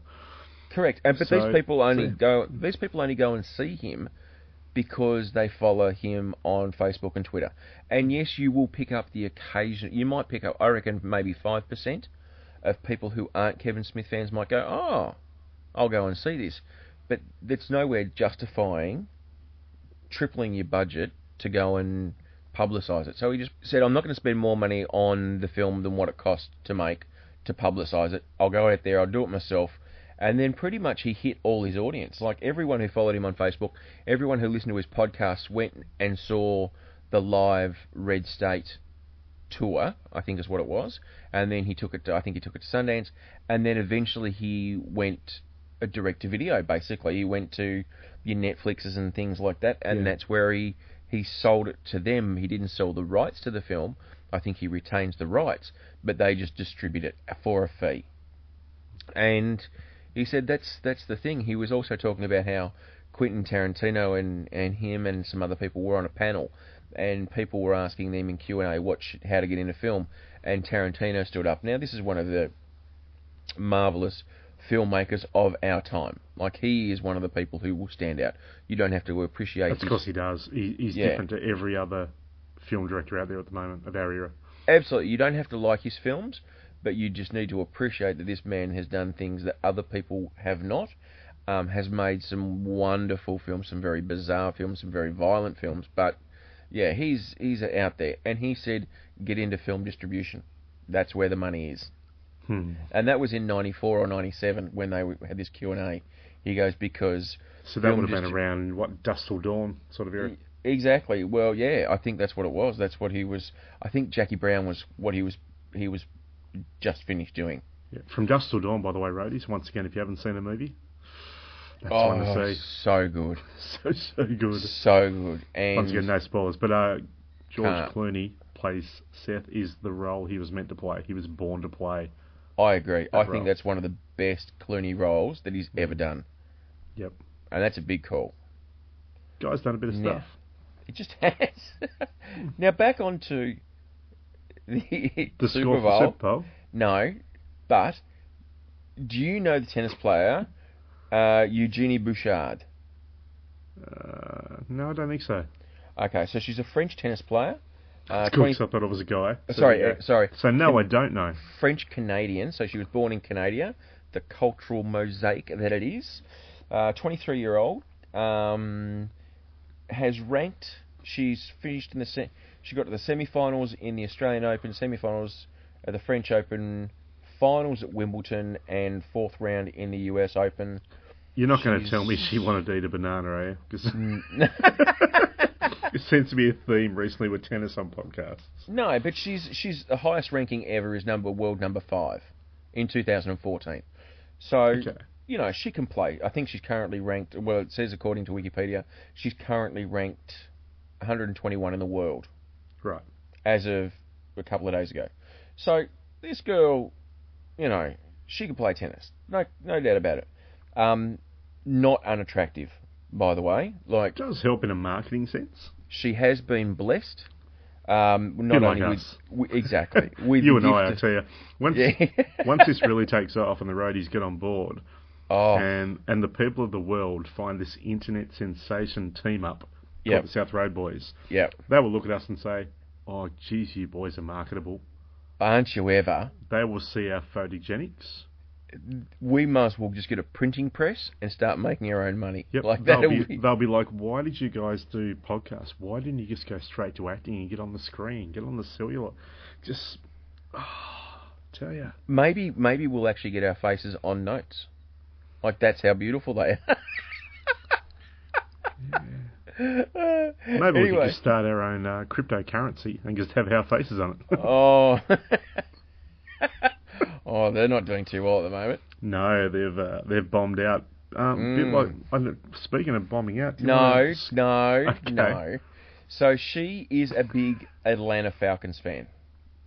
Speaker 2: Correct. And but
Speaker 1: So-
Speaker 2: these people only
Speaker 1: so-
Speaker 2: go. These people only go and see him because they follow him on Facebook and Twitter. And yes, you will pick up the occasion. You might pick up. I reckon maybe five percent of people who aren't Kevin Smith fans might go, "Oh, I'll go and see this," but that's nowhere justifying tripling your budget to go and publicise it. So he just said, "I'm not going to spend more money on the film than what it cost to make to publicise it. I'll go out there, I'll do it myself." And then pretty much he hit all his audience. Like everyone who followed him on Facebook, everyone who listened to his podcast went and saw the live Red State tour, I think is what it was. And then he took it to, I think he took it to Sundance. And then eventually he went a direct to video, basically. He went to your Netflixes and things like that. And
Speaker 1: Yeah.
Speaker 2: that's where he, he sold it to them. He didn't sell the rights to the film. I think he retains the rights, but they just distribute it for a fee. And he said that's that's the thing. He was also talking about how Quentin Tarantino and, and him and some other people were on a panel, and people were asking them in Q and A what should, how to get into film, and Tarantino stood up. Now this is one of the marvelous filmmakers of our time. Like he is one of the people who will stand out. You don't have to appreciate.
Speaker 1: That's
Speaker 2: his-
Speaker 1: because he does. He, he's
Speaker 2: Yeah.
Speaker 1: different to every other film director out there at the moment of our era.
Speaker 2: Absolutely, you don't have to like his films, but you just need to appreciate that this man has done things that other people have not. Um, has made some wonderful films, some very bizarre films, some very violent films, but yeah, he's he's out there, and he said, get into film distribution. That's where the money is,
Speaker 1: Hmm.
Speaker 2: and that was in '94 or '97 when they had this Q and A. He goes because
Speaker 1: So that
Speaker 2: Film
Speaker 1: would have been
Speaker 2: distri-
Speaker 1: around what Dust Till Dawn sort of era.
Speaker 2: Exactly. Well, yeah, I think that's what it was. That's what he was. I think Jackie Brown was what he was. He was just finished doing.
Speaker 1: Yeah. From Dust Till Dawn, by the way, roadies. Once again, if you haven't seen the movie, that's
Speaker 2: oh,
Speaker 1: one to see. [laughs]
Speaker 2: so good,
Speaker 1: So so good.
Speaker 2: so good. And
Speaker 1: Once again, no spoilers. But uh, George
Speaker 2: Can't.
Speaker 1: Clooney plays Seth. Is the role he was meant to play. He was born to play.
Speaker 2: I agree. I
Speaker 1: That
Speaker 2: think
Speaker 1: role.
Speaker 2: that's one of the best Clooney roles that he's ever done,
Speaker 1: Yep.
Speaker 2: and that's a big call.
Speaker 1: Guy's done a bit of
Speaker 2: Yeah.
Speaker 1: stuff.
Speaker 2: It just [laughs] has. now back onto the,
Speaker 1: [laughs] The
Speaker 2: Super
Speaker 1: score for
Speaker 2: Bowl.
Speaker 1: Super Bowl.
Speaker 2: No, but do you know the tennis player uh, Eugenie Bouchard?
Speaker 1: Uh, no, I don't think so.
Speaker 2: Okay, so she's a French tennis player. Uh,
Speaker 1: Of
Speaker 2: 20
Speaker 1: course, I thought it was a guy. So
Speaker 2: sorry,
Speaker 1: there you
Speaker 2: uh,
Speaker 1: go.
Speaker 2: sorry,
Speaker 1: So no, I don't know.
Speaker 2: French Canadian. So she was born in Canada, the cultural mosaic that it is. 23 year old, um, has ranked. She's finished in the. Se- she got to the semi-finals in the Australian Open, semi-finals at the French Open, finals at Wimbledon, and fourth round in the US Open.
Speaker 1: You're not going to
Speaker 2: She's-
Speaker 1: tell me she wanted to eat a banana, are you? 'Cause
Speaker 2: Mm.
Speaker 1: [laughs] it seems to be a theme recently with tennis on podcasts.
Speaker 2: No, but she's she's the highest ranking ever is number world number five in 2014. So
Speaker 1: Okay.
Speaker 2: you know she can play. I think she's currently ranked. Well, it says according to Wikipedia, she's currently ranked 121 in the world
Speaker 1: Right.
Speaker 2: as of a couple of days ago. So this girl, you know, she can play tennis. No, no doubt about it. Um, not unattractive, by the way. Like
Speaker 1: Does help in a marketing sense.
Speaker 2: she has been blessed. Um, not
Speaker 1: People
Speaker 2: only
Speaker 1: like
Speaker 2: with,
Speaker 1: us.
Speaker 2: wi-
Speaker 1: [laughs]
Speaker 2: exactly with
Speaker 1: you
Speaker 2: the
Speaker 1: and I, I
Speaker 2: gift
Speaker 1: tell you. Once,
Speaker 2: Yeah.
Speaker 1: once this really takes off and the roadies get on board,
Speaker 2: Oh,
Speaker 1: and and the people of the world find this internet sensation team up
Speaker 2: Yep.
Speaker 1: called the South Road Boys,
Speaker 2: yeah.
Speaker 1: they will look at us and say, "Oh, geez, you boys are marketable."
Speaker 2: Aren't you ever?
Speaker 1: They will see our photogenics.
Speaker 2: We must. We'll just get a printing press and start making our own money.
Speaker 1: Yep.
Speaker 2: Like
Speaker 1: they'll
Speaker 2: that'll
Speaker 1: be,
Speaker 2: be-
Speaker 1: they'll be like, "Why did you guys do podcasts? Why didn't you just go straight to acting and get on the screen, get on the cellular?" Just oh, tell
Speaker 2: [laughs]
Speaker 1: you,
Speaker 2: maybe. Maybe we'll actually get our faces on notes. Like that's how beautiful they are. [laughs]
Speaker 1: maybe we could
Speaker 2: Anyway.
Speaker 1: just start our own uh, cryptocurrency and just have our faces on it. [laughs]
Speaker 2: oh. [laughs] oh, they're not doing too well at the moment.
Speaker 1: No, they've uh, they've bombed out. Um, a bit
Speaker 2: Mm.
Speaker 1: like I don't- speaking of bombing out, do you wanna
Speaker 2: No,
Speaker 1: s-
Speaker 2: no,
Speaker 1: Okay.
Speaker 2: no. So she is a big Atlanta Falcons fan,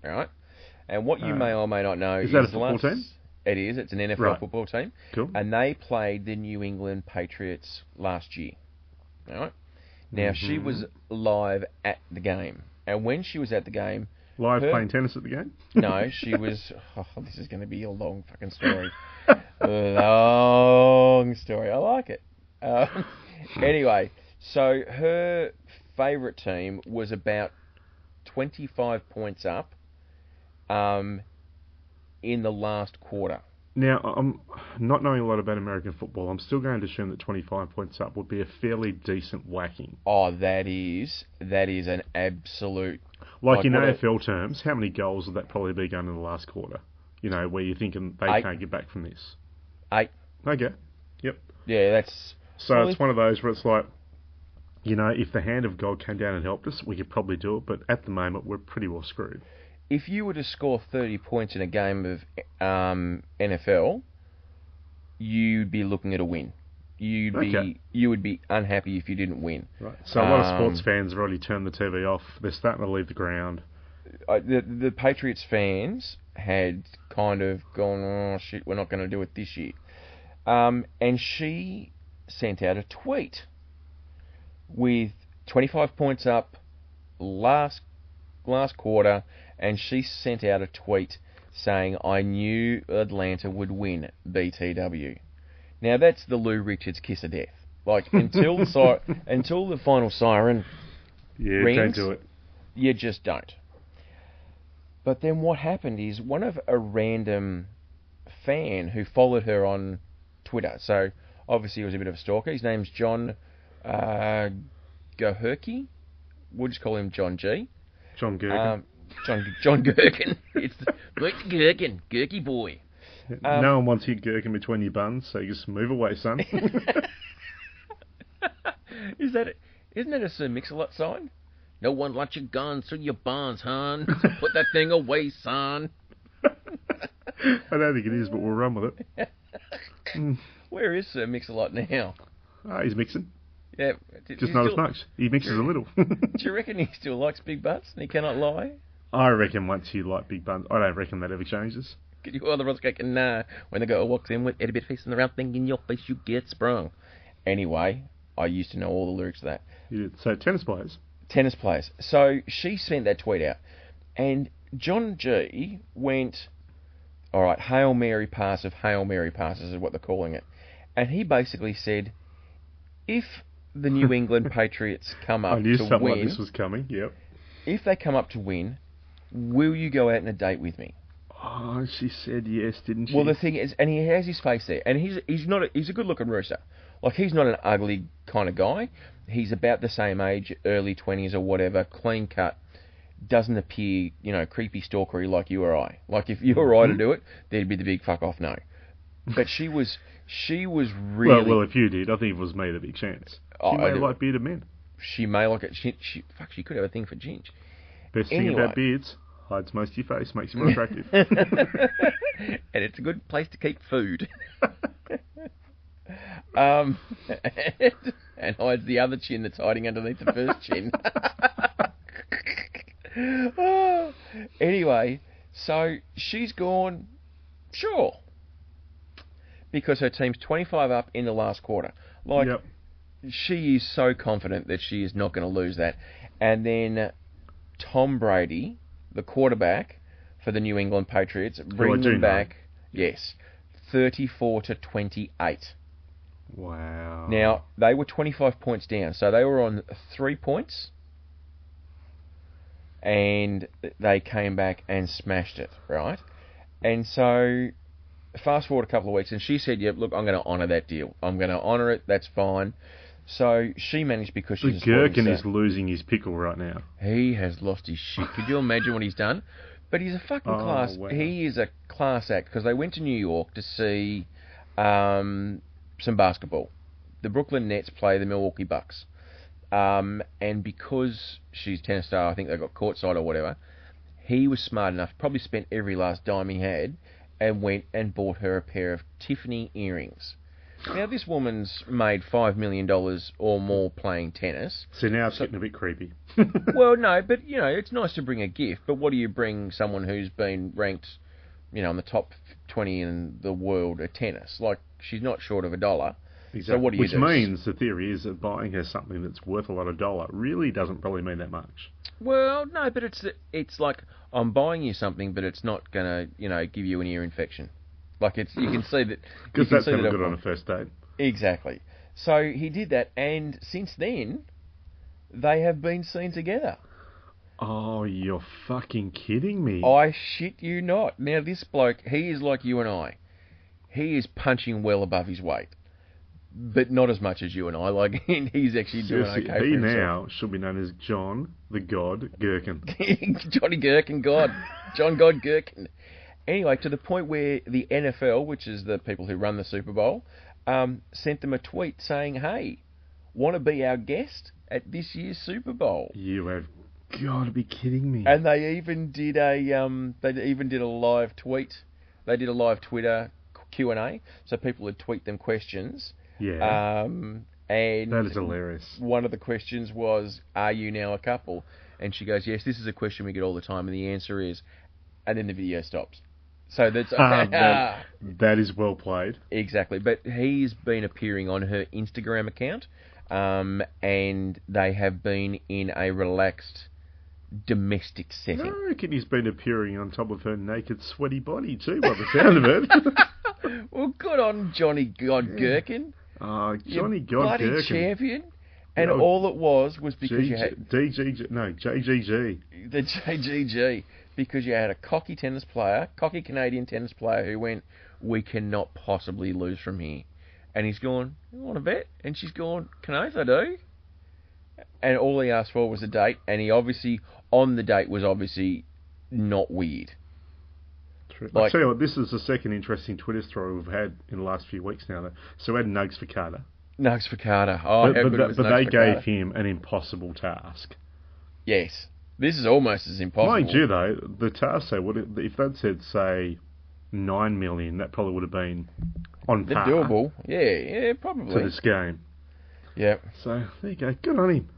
Speaker 2: all right? And what you
Speaker 1: Uh,
Speaker 2: may or may not know
Speaker 1: is that a
Speaker 2: the last-
Speaker 1: football team?
Speaker 2: It is. It's an NFL
Speaker 1: Right.
Speaker 2: football team,
Speaker 1: cool.
Speaker 2: and they played the New England Patriots last year. All right. Now she was live at the game, and when she was at the game,
Speaker 1: Live
Speaker 2: her-
Speaker 1: playing tennis at the game.
Speaker 2: no, she was. Oh, this is going to be a long fucking story. long story. I like it. Um, anyway, so her favourite team was about 25 points up um, in the last quarter.
Speaker 1: Now, I'm not knowing a lot about American football. I'm still going to assume that 25 points up would be a fairly decent whacking.
Speaker 2: Oh, that is that is an absolute.
Speaker 1: Like,
Speaker 2: Like
Speaker 1: in
Speaker 2: what a-
Speaker 1: AFL terms, how many goals would that probably be going in the last quarter? You know, where you're thinking they
Speaker 2: Eight.
Speaker 1: can't get back from this.
Speaker 2: Eight.
Speaker 1: Okay. Yep.
Speaker 2: Yeah, that's
Speaker 1: So
Speaker 2: Well,
Speaker 1: it's
Speaker 2: if-
Speaker 1: one of those where it's like, you know, if the hand of God came down and helped us, we could probably do it. But at the moment, we're pretty well screwed.
Speaker 2: if you were to score 30 points in a game of um, NFL, you'd be looking at a win. You'd
Speaker 1: Okay.
Speaker 2: be you would be unhappy if you didn't win.
Speaker 1: Right. So a lot of
Speaker 2: Um,
Speaker 1: sports fans have already turned the TV off. They're starting to leave the ground.
Speaker 2: Uh, the the Patriots fans had kind of gone, oh shit, we're not going to do it this year. Um, and she sent out a tweet with 25 points up last last quarter, and she sent out a tweet saying, "I knew Atlanta would win." BTW. Now that's the Lou Richards kiss of death. Like until the si- until the final siren
Speaker 1: Yeah,
Speaker 2: Rings?
Speaker 1: don't do it.
Speaker 2: you just don't. But then what happened is one of a random fan who followed her on Twitter. So obviously he was a bit of a stalker. His name's John uh, Goherky. We'll just call him John G.
Speaker 1: John Gergen.
Speaker 2: Um, John John Gherkin. [laughs] It's Mike Gherkin, Gherky boy. um,
Speaker 1: no one wants your Gergen between your buns, so you just move away,
Speaker 2: [laughs]
Speaker 1: son.
Speaker 2: Is that it? Isn't that a Sir Mix-a-Lot sign? No one likes your guns through your bonds, hon. So Put that thing away, son.
Speaker 1: I don't think it is, but we'll run with it.
Speaker 2: Where is Sir Mix-a-Lot now?
Speaker 1: Ah, he's mixing.
Speaker 2: Yeah, d-
Speaker 1: Just
Speaker 2: you
Speaker 1: not as
Speaker 2: still-
Speaker 1: much. He mixes a
Speaker 2: [laughs]
Speaker 1: little.
Speaker 2: Do you reckon he still likes big butts and he cannot lie?
Speaker 1: I reckon once you like big buns, I don't reckon that ever changes.
Speaker 2: Could you otherwise go, nah. When the girl walks in with it a bit face and the round thing in your face, you get sprung. Anyway, I used to know all the lyrics to that.
Speaker 1: You did. So tennis players.
Speaker 2: Tennis players. So she sent that tweet out, and John G went, all right, Hail Mary pass of Hail Mary passes is what they're calling it. And he basically said, if the [laughs] New England Patriots come
Speaker 1: I
Speaker 2: up
Speaker 1: knew
Speaker 2: to
Speaker 1: something
Speaker 2: win,
Speaker 1: like this was coming. Yep.
Speaker 2: if they come up to win, will you go out on a date with me?
Speaker 1: Oh, she said yes, didn't she?
Speaker 2: Well, the thing is, and he has his face there, and he's he's not a, he's a good looking rooster. Like he's not an ugly kind of guy. He's about the same age, early twenties or whatever, clean cut. Doesn't appear, you know, creepy stalkery like you or I. Like if you or
Speaker 1: Mm-hmm.
Speaker 2: I to do it, there'd be the big fuck off no. But she was she was really
Speaker 1: Well, well, if you did, I think if it was me, the big chance.
Speaker 2: Oh,
Speaker 1: she
Speaker 2: I
Speaker 1: may
Speaker 2: do.
Speaker 1: like bearded men.
Speaker 2: she may like it. She, she fuck she could have a thing for Ginge.
Speaker 1: Best thing
Speaker 2: Anyway.
Speaker 1: about beards, hides most of your face, makes
Speaker 2: [laughs]
Speaker 1: you more attractive.
Speaker 2: and it's a good place to keep food. um, [laughs] and, hides the other chin that's hiding underneath the first chin. [laughs] Oh, anyway, so she's gone, sure, because her team's 25 up in the last quarter. Like,
Speaker 1: yep.
Speaker 2: she is so confident that she is not going to lose that. And then Tom Brady, the quarterback for the New England Patriots,
Speaker 1: Oh, I
Speaker 2: brings
Speaker 1: do
Speaker 2: them
Speaker 1: know.
Speaker 2: back. Yes, thirty-four to twenty-eight.
Speaker 1: Wow.
Speaker 2: Now they were twenty-five points down, so they were on three points, and they came back and smashed it. Right, and so fast forward a couple of weeks, and she said, "Yep, look, I'm going to honour that deal. I'm going to honour it. That's fine." So she managed because she's
Speaker 1: the
Speaker 2: a
Speaker 1: gherkin
Speaker 2: sponsor.
Speaker 1: is losing his pickle right now.
Speaker 2: He has lost his shit. Could you imagine what he's done? But he's a fucking
Speaker 1: Oh,
Speaker 2: class.
Speaker 1: wow.
Speaker 2: He is a class act because they went to New York to see um, some basketball. The Brooklyn Nets play the Milwaukee Bucks, um, and because she's tennis star, I think they got courtside or whatever. He was smart enough, probably spent every last dime he had, and went and bought her a pair of Tiffany earrings. Now this woman's made five million dollars or more playing tennis.
Speaker 1: So now it's getting a bit
Speaker 2: [laughs]
Speaker 1: creepy. [laughs]
Speaker 2: Well, no, but you know, it's nice to bring a gift. But what do you bring someone who's been ranked, you know, in the top twenty in the world at tennis? Like she's not short of a dollar. So what do you
Speaker 1: Which
Speaker 2: do?
Speaker 1: means the theory is that buying her something that's worth a lot of dollar really doesn't probably mean that much.
Speaker 2: Well, no, but it's it's like I'm buying you something, but it's not gonna, you know, give you an ear infection. Like it's [sighs] you can see that you
Speaker 1: Because
Speaker 2: can
Speaker 1: that's
Speaker 2: see
Speaker 1: never
Speaker 2: that
Speaker 1: good
Speaker 2: it-
Speaker 1: on a first date.
Speaker 2: exactly. So he did that, and since then, they have been seen together.
Speaker 1: Oh, you're fucking kidding me.
Speaker 2: I shit you not. Now this bloke, he is like you and I. He is punching well above his weight, but not as much as you and I. Like [laughs] and he's actually doing
Speaker 1: Seriously,
Speaker 2: okay.
Speaker 1: he
Speaker 2: for himself.
Speaker 1: now should be known as John the God Gherkin.
Speaker 2: [laughs] Johnny Gherkin, God, John God Gherkin. Anyway, to the point where the NFL, which is the people who run the Super Bowl, um, sent them a tweet saying, "Hey, want to be our guest at this year's Super Bowl?"
Speaker 1: You have got to be kidding me.
Speaker 2: And they even did a um, they even did a live tweet. They did a live Twitter Q and A, so people would tweet them questions.
Speaker 1: yeah,
Speaker 2: Um, and
Speaker 1: that is
Speaker 2: [laughs]
Speaker 1: hilarious.
Speaker 2: one of the questions was, "Are you now a couple?" And she goes, "Yes." This is a question we get all the time, and the answer is, and then the video stops. So that's
Speaker 1: [laughs] Ah, that- that is well played.
Speaker 2: [laughs] Exactly, but he's been appearing on her Instagram account, um, and they have been in a relaxed domestic
Speaker 1: I
Speaker 2: setting.
Speaker 1: reckon he's been appearing on top of her naked, sweaty body too, by the sound of it.
Speaker 2: [laughs] Well, good on Johnny God Gherkin,
Speaker 1: Ah,
Speaker 2: you
Speaker 1: Johnny God
Speaker 2: bloody
Speaker 1: Gherkin.
Speaker 2: champion. And
Speaker 1: Yeah.
Speaker 2: all it was was because you had
Speaker 1: GG DGG, no, JGG.
Speaker 2: the JGG because you had a cocky tennis player, cocky Canadian tennis player who went, "We cannot possibly lose from here," and he's gone, "You want to bet?" And she's gone, "Can I? If I do." And all he asked for was a date, and he obviously on the date was obviously not weird.
Speaker 1: I'll
Speaker 2: Like-
Speaker 1: tell you what, this is the second interesting Twitter story we've had in the last few weeks now. Though. So we had Nugs for Carter.
Speaker 2: Nugs Ficada. Oh,
Speaker 1: but
Speaker 2: how
Speaker 1: but,
Speaker 2: good
Speaker 1: that-
Speaker 2: was
Speaker 1: but
Speaker 2: Nugs
Speaker 1: they
Speaker 2: Ficada?
Speaker 1: gave him an impossible task.
Speaker 2: Yes, this is almost as impossible.
Speaker 1: Mind you, though, the task, say, would it- if that said, say, 9 million, that probably would have been on
Speaker 2: They're
Speaker 1: par
Speaker 2: doable. Yeah, yeah,
Speaker 1: to
Speaker 2: probably.
Speaker 1: this game.
Speaker 2: Yeah.
Speaker 1: So there you go. Good on him.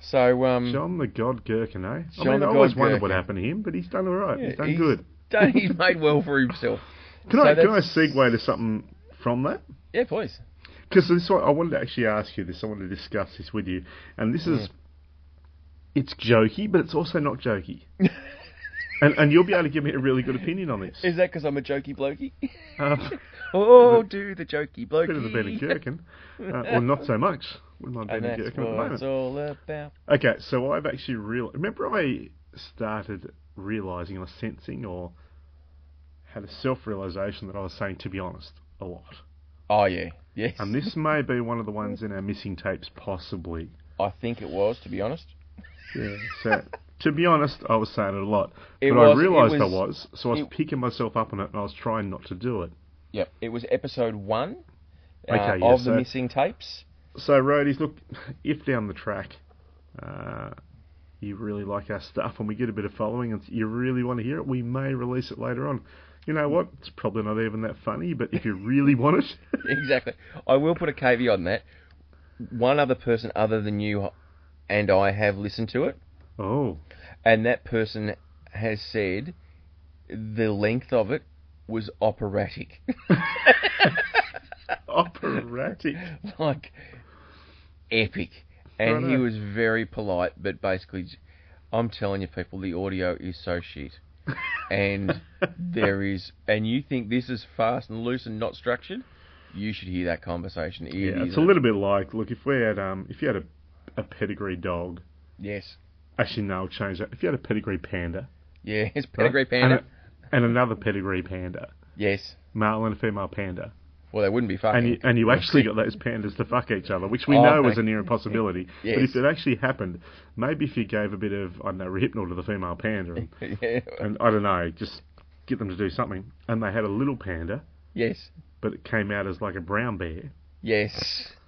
Speaker 2: So um, [laughs]
Speaker 1: John the God Gherkin, eh?
Speaker 2: John
Speaker 1: I mean,
Speaker 2: the
Speaker 1: I always
Speaker 2: God
Speaker 1: wondered what
Speaker 2: Gherkin.
Speaker 1: happened to him, but he's done all right.
Speaker 2: yeah,
Speaker 1: he's done good.
Speaker 2: done- he's made well for himself.
Speaker 1: Can,
Speaker 2: so
Speaker 1: I, can I
Speaker 2: that's-
Speaker 1: segue to something from that?
Speaker 2: Yeah, please.
Speaker 1: Because this, one- I wanted to actually ask you this. I wanted to discuss this with you, and this
Speaker 2: Mm.
Speaker 1: is, it's jokey, but it's also not
Speaker 2: [laughs]
Speaker 1: jokey. and and you'll be able to give me a really good opinion on
Speaker 2: [laughs]
Speaker 1: this.
Speaker 2: Is that because I'm a jokey blokey? [laughs]
Speaker 1: Um,
Speaker 2: oh, do the jokey blokey.
Speaker 1: bit of the Ben and Gherkin, uh, or not so much with my Ben and
Speaker 2: [laughs] And that's
Speaker 1: Gherkin at the
Speaker 2: what it's
Speaker 1: moment.
Speaker 2: all about.
Speaker 1: Okay, so I've actually real. Remember, I started realizing or sensing or had a self realization that I was saying, to be honest, a lot.
Speaker 2: Oh yeah, yes.
Speaker 1: And this may be one of the ones in our missing tapes, possibly.
Speaker 2: I think it was, to be honest.
Speaker 1: Yeah. So, to be honest, I was saying it a lot.
Speaker 2: It
Speaker 1: but
Speaker 2: was-
Speaker 1: I
Speaker 2: it
Speaker 1: realised I
Speaker 2: was-
Speaker 1: was, so I was
Speaker 2: it-
Speaker 1: picking myself up on it and I was trying not to do it.
Speaker 2: Yep, it was episode one uh,
Speaker 1: Okay, yeah,
Speaker 2: of
Speaker 1: so-
Speaker 2: the missing tapes. [laughs]
Speaker 1: So, roadies, look, if down the track uh, you really like our stuff and we get a bit of following and you really want to hear it, we may release it later on. You know what? It's probably not even that funny, but if you really want it, [laughs]
Speaker 2: exactly. I will put a caveat on that. One other person other than you and I have listened to it,
Speaker 1: oh,
Speaker 2: and that person has said the length of it was operatic. [laughs]
Speaker 1: operatic.
Speaker 2: like epic. And he
Speaker 1: Righto.
Speaker 2: was very polite, but basically, j- I'm telling you, people, the audio is so shit.
Speaker 1: [laughs]
Speaker 2: and there is, and you think this is fast and loose and not structured? You should hear that conversation. It
Speaker 1: Yeah, it's
Speaker 2: is
Speaker 1: a little bit like look if we had um if you had a, a pedigree dog.
Speaker 2: Yes.
Speaker 1: Actually, no, I'll change that. If you had a pedigree panda,
Speaker 2: Yeah, it's
Speaker 1: right?
Speaker 2: pedigree panda.
Speaker 1: and, a- and another pedigree panda,
Speaker 2: yes.
Speaker 1: male and a female panda,
Speaker 2: Well, they wouldn't be fucking.
Speaker 1: and you, and you actually got those pandas to fuck each other, which we
Speaker 2: Oh,
Speaker 1: know
Speaker 2: okay.
Speaker 1: is a near impossibility. But
Speaker 2: Yes.
Speaker 1: if it actually happened, maybe if you gave a bit of I don't know rehypnol to the female panda, and,
Speaker 2: [laughs] yeah.
Speaker 1: and I don't know, just get them to do something, and they had a little panda,
Speaker 2: Yes.
Speaker 1: but it came out as like a brown bear.
Speaker 2: Yes. [laughs]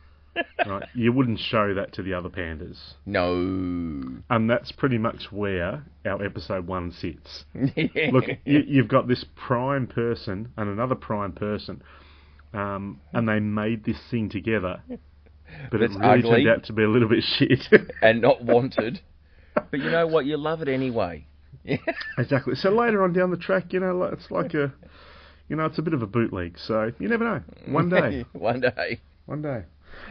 Speaker 1: Right? you wouldn't show that to the other pandas.
Speaker 2: No. [laughs]
Speaker 1: And that's pretty much where our episode one sits. Look,
Speaker 2: [laughs] Look.
Speaker 1: you, you've got this prime person and another prime person, um, and they made this thing together, but
Speaker 2: That's
Speaker 1: it really
Speaker 2: ugly.
Speaker 1: turned out to be a little bit [laughs]
Speaker 2: [laughs]
Speaker 1: shit.
Speaker 2: And not wanted. [laughs] but you know what? You love it anyway.
Speaker 1: exactly. So later on down the track, you know, like- it's like a, you know, it's a bit of a bootleg. So you never know. One
Speaker 2: [laughs]
Speaker 1: day,
Speaker 2: [laughs] One day.
Speaker 1: one day.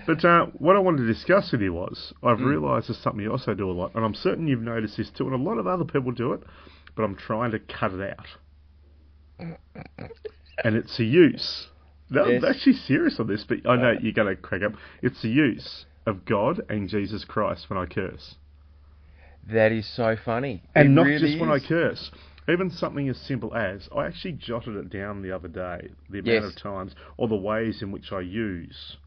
Speaker 1: But uh, what I wanted to discuss with you was I've realised there's something you also do a lot, and I'm certain you've noticed this too, and a lot of other people do it, but I'm trying to cut it out. and it's a use. No,
Speaker 2: Yes.
Speaker 1: I'm actually serious on this, but I know you're going to crack up. It's the use of God and Jesus Christ when I curse.
Speaker 2: That is so funny.
Speaker 1: And
Speaker 2: It
Speaker 1: not
Speaker 2: really
Speaker 1: just when I
Speaker 2: is.
Speaker 1: curse. Even something as simple as I actually jotted it down the other day, the amount
Speaker 2: Yes.
Speaker 1: of times or the ways in which I use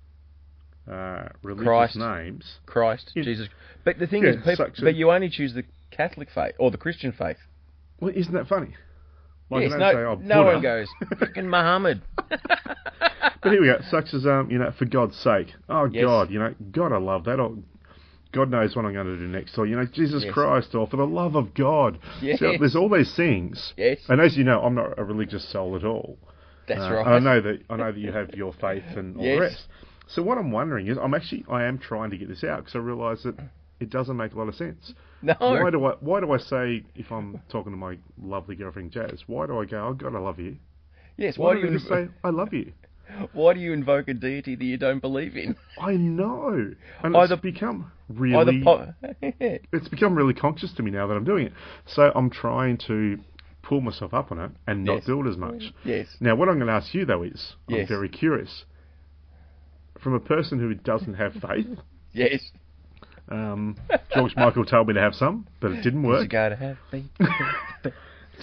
Speaker 1: uh, religious
Speaker 2: Christ.
Speaker 1: names.
Speaker 2: Christ,
Speaker 1: Yeah.
Speaker 2: Jesus. But the thing
Speaker 1: Yeah,
Speaker 2: is, people,
Speaker 1: such a-
Speaker 2: but you only choose the Catholic faith or the Christian faith.
Speaker 1: Well, isn't that funny?
Speaker 2: yes,
Speaker 1: I
Speaker 2: no,
Speaker 1: say, oh,
Speaker 2: no one
Speaker 1: Buddha. [laughs]
Speaker 2: goes, fucking Muhammad. [laughs]
Speaker 1: But here we go. Such as um, you know, for God's sake. Oh
Speaker 2: Yes.
Speaker 1: God, you know, God, I love that. Or God knows what I'm going to do next. Or you know, Jesus
Speaker 2: Yes.
Speaker 1: Christ. Or for the love of God.
Speaker 2: Yes.
Speaker 1: So there's all these things.
Speaker 2: Yes.
Speaker 1: And as you know, I'm not a religious soul at all.
Speaker 2: That's
Speaker 1: Uh,
Speaker 2: right.
Speaker 1: and I know that I know that you have your faith and all
Speaker 2: Yes.
Speaker 1: the rest. So what I'm wondering is, I'm actually I am trying to get this out because I realise that it doesn't make a lot of sense.
Speaker 2: No.
Speaker 1: Why do I why do I say if I'm talking to my lovely girlfriend Jazz, why do I go, oh God, I love you?
Speaker 2: yes.
Speaker 1: Why,
Speaker 2: Why,
Speaker 1: do
Speaker 2: do
Speaker 1: you just say I love you?
Speaker 2: you? Why do you invoke a deity that you don't
Speaker 1: [laughs]
Speaker 2: believe in?
Speaker 1: I know, and
Speaker 2: Either-
Speaker 1: it's become
Speaker 2: Either
Speaker 1: really
Speaker 2: po- [laughs]
Speaker 1: it's become really conscious to me now that I'm doing it. So I'm trying to pull myself up on it and not
Speaker 2: Yes.
Speaker 1: do it as much.
Speaker 2: yes.
Speaker 1: Now, what I'm going to ask you though is, I'm
Speaker 2: Yes.
Speaker 1: very curious. From a person who doesn't have faith,
Speaker 2: Yes. [laughs]
Speaker 1: um, George Michael told me to have some, but it didn't
Speaker 2: You
Speaker 1: work.
Speaker 2: gotta have faith.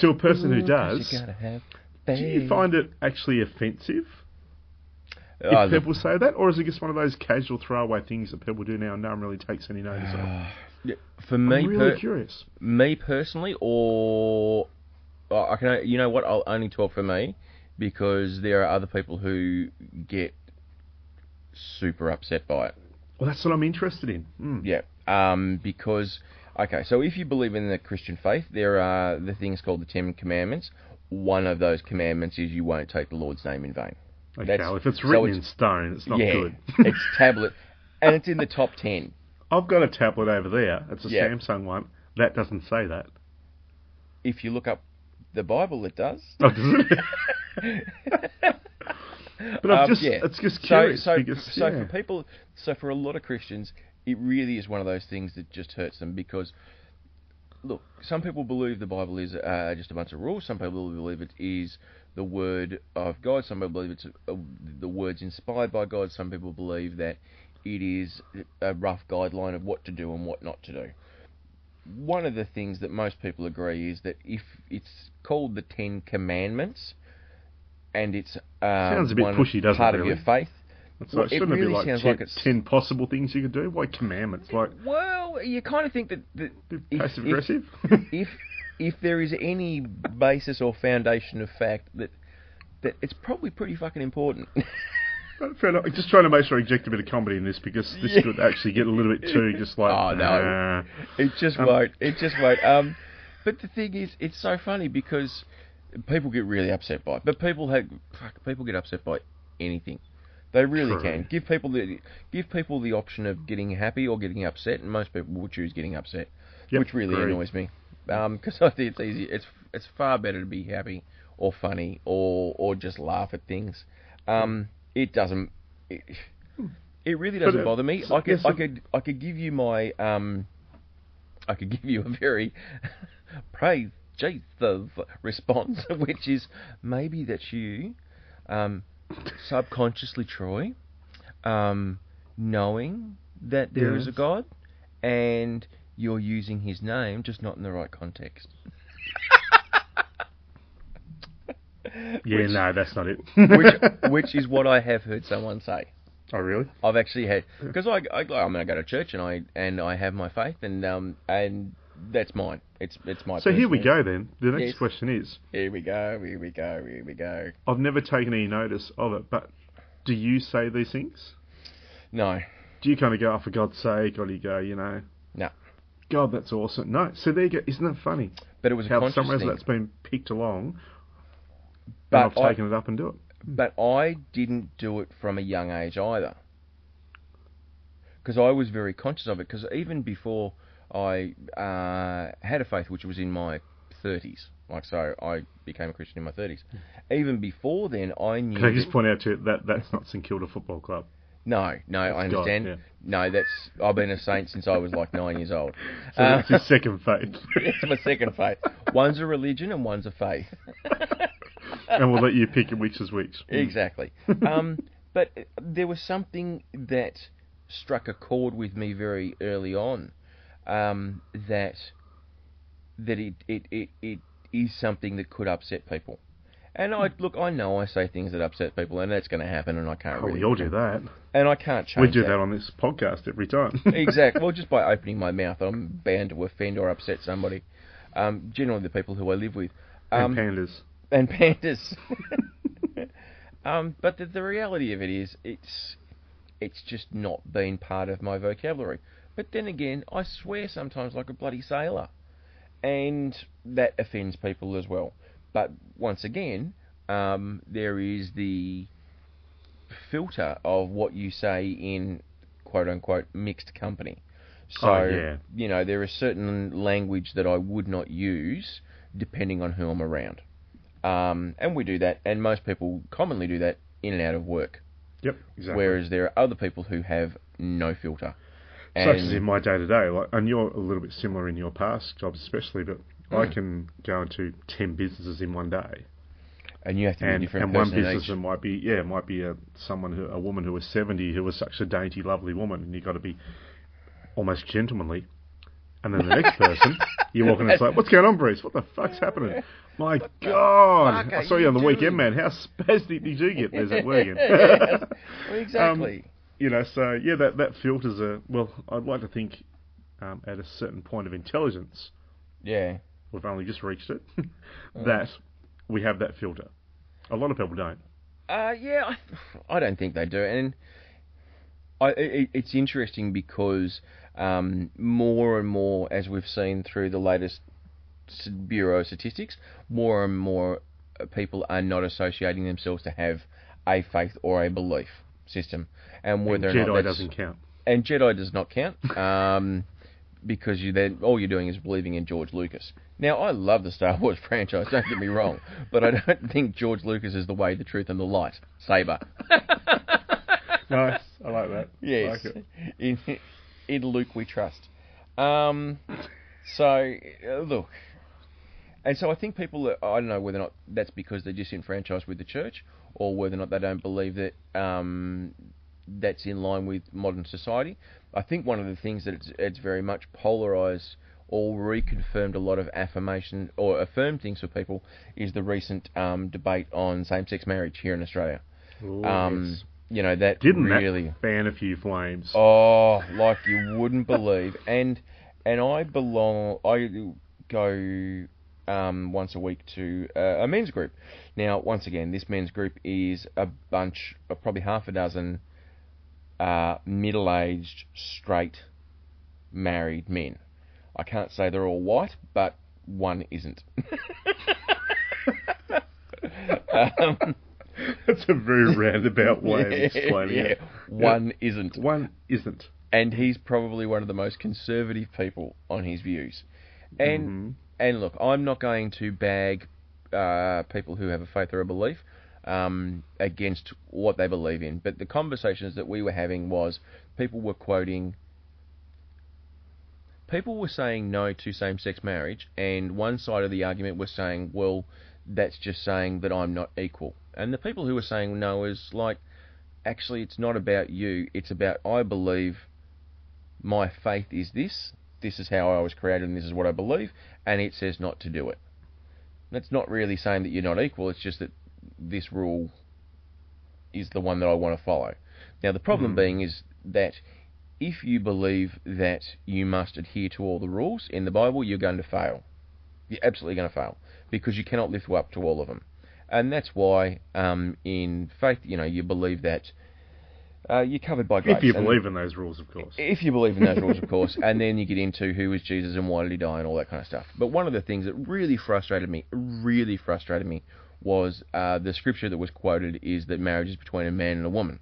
Speaker 1: To a person who
Speaker 2: Ooh, 'cause
Speaker 1: does,
Speaker 2: You gotta have
Speaker 1: do you find it actually offensive if
Speaker 2: Oh, the-
Speaker 1: people say that, or is it just one of those casual throwaway things that people do now and no one really takes any notice of?
Speaker 2: for [sighs] me,
Speaker 1: I'm really
Speaker 2: per-
Speaker 1: curious.
Speaker 2: me personally, or oh, I can. You know what? I'll only talk for me because there are other people who get super upset by it.
Speaker 1: Well, that's what I'm interested in. Mm.
Speaker 2: Yeah. Um, because okay, so if you believe in the Christian faith, there are the things called the Ten Commandments. One of those commandments is you won't take the Lord's name in vain.
Speaker 1: Okay,
Speaker 2: That's-
Speaker 1: well, if it's
Speaker 2: so
Speaker 1: written
Speaker 2: it's-
Speaker 1: in stone, it's not
Speaker 2: yeah,
Speaker 1: good.
Speaker 2: it's tablet, and it's in the top ten.
Speaker 1: [laughs] I've got a tablet over there. It's a
Speaker 2: Yeah.
Speaker 1: Samsung one. That doesn't say that.
Speaker 2: If you look up the Bible, it does.
Speaker 1: [laughs] Oh, does it? but I'm
Speaker 2: Um,
Speaker 1: just,
Speaker 2: yeah.
Speaker 1: it's just
Speaker 2: So-
Speaker 1: curious
Speaker 2: So,
Speaker 1: because
Speaker 2: so
Speaker 1: yeah.
Speaker 2: for people, so for a lot of Christians, it really is one of those things that just hurts them because, look, some people believe the Bible is uh, just a bunch of rules. Some people believe it is the word of God. Some people believe it's uh, the words inspired by God. Some people believe that it is a rough guideline of what to do and what not to do. One of the things that most people agree is that if it's called the Ten Commandments, and it's um,
Speaker 1: Sounds a bit
Speaker 2: one
Speaker 1: pushy, doesn't
Speaker 2: part
Speaker 1: it,
Speaker 2: of
Speaker 1: really?
Speaker 2: your faith.
Speaker 1: It's
Speaker 2: Well,
Speaker 1: like,
Speaker 2: it
Speaker 1: shouldn't it,
Speaker 2: really
Speaker 1: be like
Speaker 2: sounds
Speaker 1: ten,
Speaker 2: like it's-
Speaker 1: 10 possible things you could do? Why commandments? Like,
Speaker 2: Well, you kind of think that, that if-
Speaker 1: passive
Speaker 2: if-
Speaker 1: aggressive?
Speaker 2: if if there is any basis or foundation of fact that that it's probably pretty fucking important.
Speaker 1: [laughs]
Speaker 2: [laughs]
Speaker 1: Fair enough. I'm just trying to make sure I inject a bit of comedy in this because this
Speaker 2: Yeah.
Speaker 1: could actually get a little bit too just like.
Speaker 2: Oh, no.
Speaker 1: nah.
Speaker 2: It just
Speaker 1: Um,
Speaker 2: won't. It just won't. Um, but the thing is, it's so funny because people get really upset by it. But people have fuck, people get upset by anything. They really
Speaker 1: True.
Speaker 2: can give people the give people the option of getting happy or getting upset, and most people will choose getting upset,
Speaker 1: Yep,
Speaker 2: which really
Speaker 1: agreed.
Speaker 2: annoys me. Because [laughs] I think it's easy. It's it's far better to be happy or funny or or just laugh at things. Um, it doesn't. It, [sighs] it really doesn't
Speaker 1: uh,
Speaker 2: bother me.
Speaker 1: so-
Speaker 2: I could,
Speaker 1: yes,
Speaker 2: I
Speaker 1: so-
Speaker 2: could, I could give you my, um, I could give you a very [laughs] praise Jesus response, [laughs] which is maybe that's you, um, subconsciously, Troy, um, knowing that there is
Speaker 1: Yes.
Speaker 2: a God, and you're using His name, just not in the
Speaker 1: [laughs]
Speaker 2: right context.
Speaker 1: Yeah,
Speaker 2: Which-
Speaker 1: no, that's not it.
Speaker 2: which, which is what I have heard someone say.
Speaker 1: [laughs] oh, really?
Speaker 2: I've actually had because I, I I mean I go to church and I and I have my faith and um and that's mine. It's it's my.
Speaker 1: So here we
Speaker 2: personal-
Speaker 1: go then. The next
Speaker 2: Yes.
Speaker 1: question is
Speaker 2: Here we go. Here we go. Here we go.
Speaker 1: I've never taken any notice of it, but do you say these things?
Speaker 2: No,
Speaker 1: Do you kind of go, oh, for God's sake, or do you go, you know,
Speaker 2: no.
Speaker 1: God, that's awesome? No. So there you go. Isn't that funny?
Speaker 2: But it was a
Speaker 1: How somewhere
Speaker 2: conscious
Speaker 1: else
Speaker 2: thing.
Speaker 1: that's been picked along,
Speaker 2: But
Speaker 1: and I've
Speaker 2: I-
Speaker 1: taken it up and do it.
Speaker 2: But I didn't do it from a young age either. Because I was very conscious of it. Because even before I uh, had a faith, which was in my 30s, like so, I became a Christian in my 30s. Even before then, I knew.
Speaker 1: Can I
Speaker 2: that-
Speaker 1: just point out to you that that's not St Kilda Football Club?
Speaker 2: No, no, I
Speaker 1: God,
Speaker 2: understand.
Speaker 1: yeah.
Speaker 2: No, that's I've been a saint since I was like nine years old.
Speaker 1: [laughs] So
Speaker 2: Uh,
Speaker 1: that's
Speaker 2: [laughs]
Speaker 1: his second faith.
Speaker 2: it's my second faith. One's a religion and one's a faith.
Speaker 1: and we'll let you pick which is which. [laughs]
Speaker 2: Exactly. Um, but there was something that struck a chord with me very early on. Um, that that it, it, it, it is something that could upset people. And I look, I know I say things that upset people, and that's going to happen, and I can't
Speaker 1: Oh,
Speaker 2: really.
Speaker 1: we all do that.
Speaker 2: And I can't change.
Speaker 1: We do
Speaker 2: that.
Speaker 1: that on this podcast every time. [laughs]
Speaker 2: exactly. Well, just by opening my mouth, I'm bound to offend or upset somebody. Um, generally, the people who I live with. Um,
Speaker 1: and pandas.
Speaker 2: and [laughs] pandas. um, but the, the reality of it is, it's it's just not been part of my vocabulary. But then again, I swear sometimes like a bloody sailor, and that offends people as well. But once again, um, there is the filter of what you say in quote unquote mixed company. So
Speaker 1: Oh, yeah.
Speaker 2: you know there is certain language that I would not use depending on who I'm around. Um, and we do that, and most people commonly do that in and out of work.
Speaker 1: Yep, exactly.
Speaker 2: Whereas there are other people who have no filter.
Speaker 1: Such as in my day to day, like, and you're a little bit similar in your past jobs, especially. But I
Speaker 2: Hmm.
Speaker 1: can go into ten businesses in one day,
Speaker 2: and you have to be a
Speaker 1: and,
Speaker 2: different
Speaker 1: and one
Speaker 2: person in
Speaker 1: business
Speaker 2: each.
Speaker 1: might be yeah, it might be a someone who a woman who was seventy who was such a dainty, lovely woman, and you got to be almost gentlemanly. And then the
Speaker 2: [laughs]
Speaker 1: next person, you walk in and it's like, "What's going on, Bruce? What the fuck's happening?" My God,
Speaker 2: fuck
Speaker 1: I
Speaker 2: are
Speaker 1: saw you
Speaker 2: you
Speaker 1: on the weekend, man.
Speaker 2: doing?
Speaker 1: How spastic did you get? There's that word again.
Speaker 2: [laughs] Well, exactly.
Speaker 1: you know, so yeah, that that filters a well. I'd like to think um, at a certain point of intelligence,
Speaker 2: yeah.
Speaker 1: we've only just reached it, [laughs] that
Speaker 2: Mm.
Speaker 1: we have that filter. A lot of people don't.
Speaker 2: Uh, yeah, [sighs] I, I don't think they do, and I, it, it's interesting because um, more and more, as we've seen through the latest s- Bureau of Statistics, more and more uh, people are not associating themselves to have a faith or a belief system, and whether or not
Speaker 1: Jedi
Speaker 2: that's-
Speaker 1: doesn't count.
Speaker 2: and Jedi does not count um, because you then all you're doing is believing in George Lucas. Now I love the Star Wars [laughs] franchise, don't get me wrong, but I don't think George Lucas is the way, the truth, and the light saber.
Speaker 1: Nice, I like that.
Speaker 2: [laughs] Yes,
Speaker 1: Like it.
Speaker 2: in, in Luke we trust. Um, so uh, look, and so I think people are- I don't know whether or not that's because they're disenfranchised with the church, or whether or not they don't believe that um, that's in line with modern society. I think one of the things that it's, it's very much polarized or reconfirmed a lot of affirmation or affirmed things for people is the recent um, debate on same-sex marriage here in Australia.
Speaker 1: Ooh,
Speaker 2: Um,
Speaker 1: Oh, yes.
Speaker 2: You know that
Speaker 1: Didn't
Speaker 2: really
Speaker 1: that fan a few flames?
Speaker 2: Oh, like you wouldn't believe. And and I belong. I go um, once a week to uh, a men's group. Now, once again, this men's group is a bunch, uh, probably half a dozen uh, middle-aged, straight, married men. I can't say they're all white, but one isn't. um,
Speaker 1: That's a very roundabout [laughs] way of
Speaker 2: [laughs]
Speaker 1: explaining
Speaker 2: yeah,
Speaker 1: it.
Speaker 2: one isn't.
Speaker 1: One isn't.
Speaker 2: and he's probably one of the most conservative people on his views. And and look, I'm not going to bag uh, people who have a faith or a belief um, against what they believe in. But the conversations that we were having was people were quoting. People were saying no to same sex marriage, and one side of the argument was saying, well, that's just saying that I'm not equal. And the people who were saying no is like, actually, it's not about you, it's about I believe my faith is this, this is how I was created, and this is what I believe, and it says not to do it. That's not really saying that you're not equal, it's just that this rule is the one that I want to follow. Now, the
Speaker 1: Hmm.
Speaker 2: problem being is that if you believe that you must adhere to all the rules in the Bible, you're going to fail. You're absolutely going to fail because you cannot live up to all of them. And that's why, um, in faith, you know, you believe that uh, you're covered by grace.
Speaker 1: If you
Speaker 2: and-
Speaker 1: believe in those rules, of course.
Speaker 2: if you believe in those rules, of course, and then you get into who was Jesus and why did he die and all that kind of stuff. But one of the things that really frustrated me, really frustrated me, was uh, the scripture that was quoted is that marriage is between a man and a woman.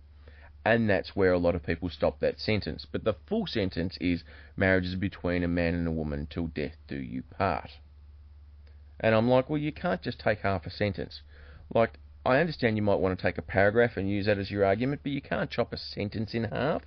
Speaker 2: And that's where a lot of people stop that sentence. But the full sentence is marriage is between a man and a woman till death do you part. And I'm like, well, you can't just take half a sentence. Like, I understand you might want to take a paragraph and use that as your argument, but you can't chop a sentence in half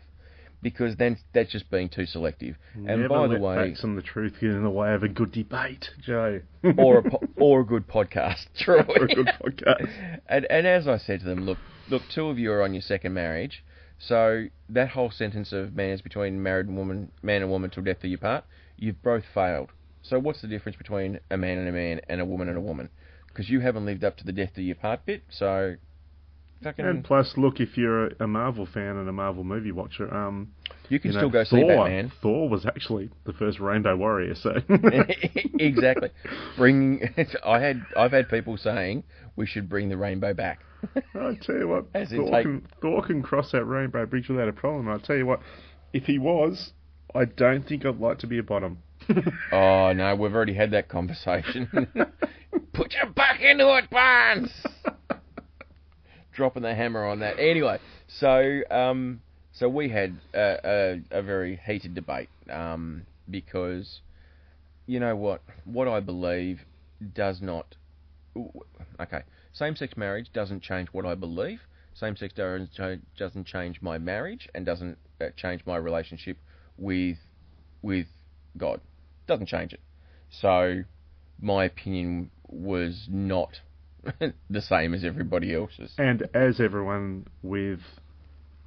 Speaker 2: because then that's just being too selective.
Speaker 1: Never
Speaker 2: and by the
Speaker 1: let
Speaker 2: way,
Speaker 1: facts and the truth get in the way of a good debate, Joe.
Speaker 2: [laughs] or a po- or a good podcast, [laughs] Troy.
Speaker 1: [laughs] Or a good podcast.
Speaker 2: and, and as I said to them, look, look, two of you are on your second marriage, so that whole sentence of man is between married and woman, man and woman till death do you part. You've both failed. So what's the difference between a man and a man and a woman and a woman? Because you haven't lived up to the death do you part bit. So, fucking,
Speaker 1: And plus, look, if you're a Marvel fan and a Marvel movie watcher, um,
Speaker 2: you can
Speaker 1: you know,
Speaker 2: still go
Speaker 1: Thor,
Speaker 2: see Batman.
Speaker 1: Thor was actually the first Rainbow Warrior,
Speaker 2: [laughs]
Speaker 1: so [laughs]
Speaker 2: exactly. Bring. [laughs] I had. I've had people saying we should bring the rainbow back. [laughs]
Speaker 1: I tell you what,
Speaker 2: As in
Speaker 1: Thor,
Speaker 2: take-
Speaker 1: can, Thor can cross that Rainbow Bridge without a problem. I tell you what, if he was, I don't think I'd like to be a
Speaker 2: [laughs]
Speaker 1: bottom.
Speaker 2: Oh no, we've already had that conversation. [laughs] Put your back into it, Barnes. Dropping the hammer on that. Anyway, so um, so we had a, a, a very heated debate um, because you know what what I believe does not. Okay, same-sex marriage doesn't change what I believe. Same-sex doesn't cha- doesn't change my marriage and doesn't uh, change my relationship with with God. Doesn't change it. So my opinion was not [laughs] the same as everybody else's.
Speaker 1: And as everyone with,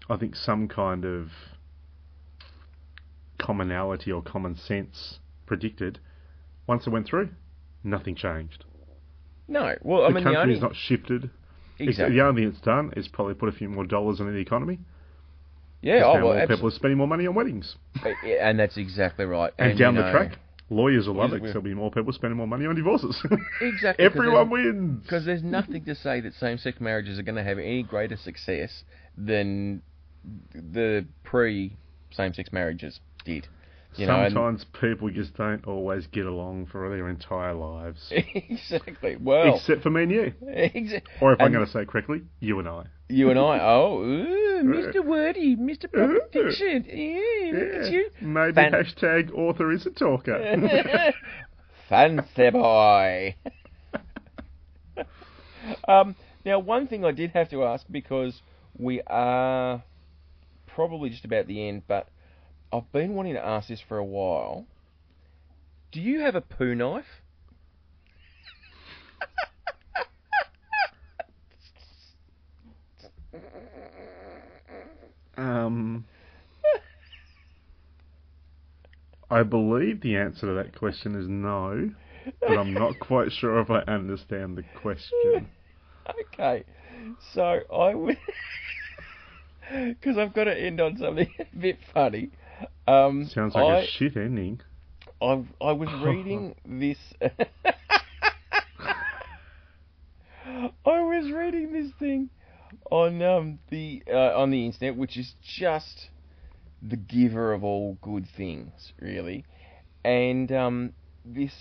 Speaker 1: I think, some kind of commonality or common sense predicted, once it went through, nothing changed.
Speaker 2: No, well, I
Speaker 1: the
Speaker 2: mean the only
Speaker 1: country's not shifted. It's-
Speaker 2: exactly.
Speaker 1: The only thing it's done is probably put a few more dollars into the economy.
Speaker 2: yeah,
Speaker 1: Just
Speaker 2: oh,
Speaker 1: now
Speaker 2: well,
Speaker 1: more
Speaker 2: abs-
Speaker 1: people are spending more money on weddings.
Speaker 2: and that's exactly right. uh,
Speaker 1: And, down
Speaker 2: you
Speaker 1: the
Speaker 2: know-
Speaker 1: track, lawyers will love it
Speaker 2: Yes,
Speaker 1: 'cause
Speaker 2: we-
Speaker 1: there'll be more people spending more money on divorces. [laughs]
Speaker 2: exactly 'cause
Speaker 1: Everyone
Speaker 2: there's-
Speaker 1: wins.
Speaker 2: Because there's nothing to say that same-sex marriages are going to have any greater success than the pre-same-sex marriages did. You know, and-
Speaker 1: Sometimes people just don't always get along for their entire lives.
Speaker 2: [laughs] exactly. Well,
Speaker 1: Except for me and you.
Speaker 2: exa-
Speaker 1: Or if I'm
Speaker 2: and
Speaker 1: going to say it correctly, you and I.
Speaker 2: you and I. Oh, ooh,
Speaker 1: [laughs]
Speaker 2: Mr. Wordy, Mr.
Speaker 1: Ooh.
Speaker 2: Pop Fiction. Yeah, look at you,
Speaker 1: Maybe
Speaker 2: Fan-
Speaker 1: hashtag author is a talker.
Speaker 2: [laughs] fancy boy. [laughs] um, now, one thing I did have to ask because we are probably just about the end, but I've been wanting to ask this for a while. Do you have a poo knife? [laughs]
Speaker 1: um, I I believe the answer to that question is no, but I'm not quite sure if I understand the
Speaker 2: [laughs]
Speaker 1: question.
Speaker 2: Okay, so I would [laughs] because I've got to end on something [laughs] a bit funny. Um,
Speaker 1: Sounds like
Speaker 2: I,
Speaker 1: a shit ending.
Speaker 2: I, I was reading this. [laughs] I was reading this thing on um, the uh, on the internet, which is just the giver of all good things, really. And um, this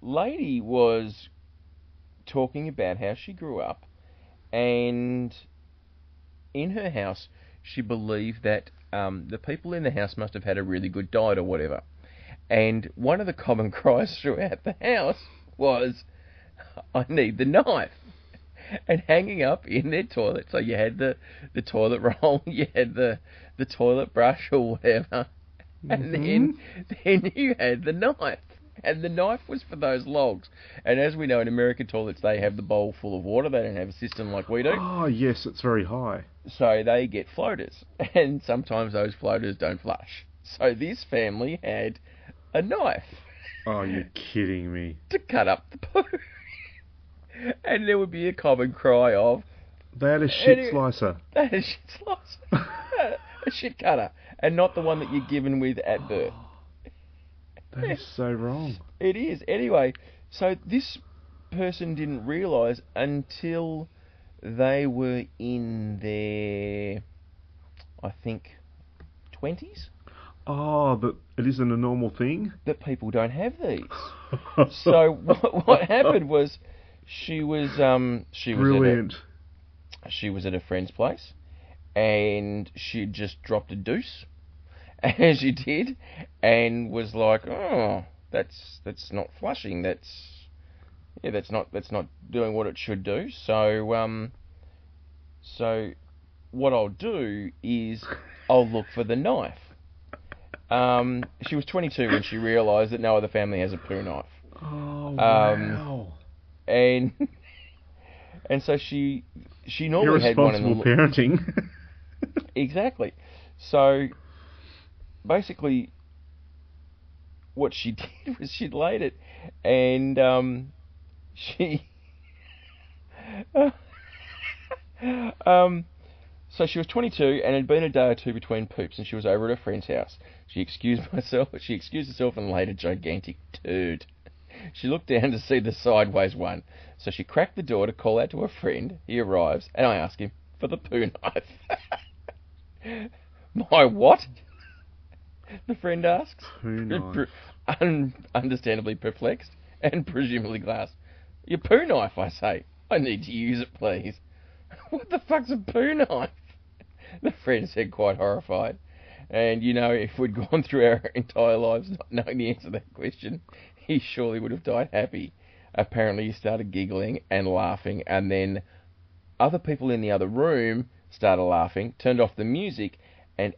Speaker 2: lady was talking about how she grew up, and in her house, she believed that um, the people in the house must have had a really good diet or whatever. And one of the common [laughs] cries throughout the house was, I need the knife. And hanging up in their toilet, so you had the, the toilet [laughs] roll, you had the, the toilet brush or whatever, and then then you had the knife. And the knife was for those logs. And as we know, in American toilets, they have the bowl full of water. They don't have a system like we do
Speaker 1: Oh, yes, it's very high.
Speaker 2: so they get floaters, [laughs] and sometimes those floaters don't flush. So this family had a knife
Speaker 1: Oh,
Speaker 2: [laughs]
Speaker 1: you're kidding me.
Speaker 2: to cut up the poo, [laughs] and there would be a common cry of
Speaker 1: They had a shit
Speaker 2: Anyway- [laughs]
Speaker 1: slicer.
Speaker 2: "That is shit slicer, [laughs] a shit cutter," and not the one that you're given with at birth.
Speaker 1: That is so wrong.
Speaker 2: It is. Anyway, so this person didn't realise until they were in their, I think, 20s,
Speaker 1: Oh, but it isn't a normal thing.
Speaker 2: that people don't have these.
Speaker 1: [laughs]
Speaker 2: [laughs] so what, what happened was she was um she was
Speaker 1: Brilliant.
Speaker 2: At a, she was at a friend's place and she had just dropped a deuce [laughs] as she did and was like oh that's that's not flushing that's yeah that's not that's not doing what it should do so um so what I'll do is I'll look for the knife um she was 22 when she realized that no other family has a poo knife Um,
Speaker 1: Oh, wow.
Speaker 2: wow. and [laughs] and so she she normally had one in the
Speaker 1: Irresponsible
Speaker 2: lo- [laughs]
Speaker 1: parenting.
Speaker 2: exactly. So basically, what she [laughs] did was she laid it, and um, she [laughs] um, so she was 22 and had been a day or two between poops, and she was over at her friend's house. She excused [laughs] myself. She excused herself and laid a gigantic turd. She looked down to see the sideways one, so she cracked the door to call out to her friend. He arrives, and I ask him for the poo [laughs] knife. [laughs] My what? The friend asks,
Speaker 1: Poo knife.
Speaker 2: Pre- un- understandably perplexed and presumably glassed. Your poo knife, I say. I need to use it, please. [laughs] What the fuck's a poo knife? [laughs] The friend said, quite horrified. And you know, if we'd gone through our [laughs] entire lives not knowing the answer to that question, he surely would have died happy. Apparently, he started giggling and laughing, and then other people in the other room started laughing, turned off the music, and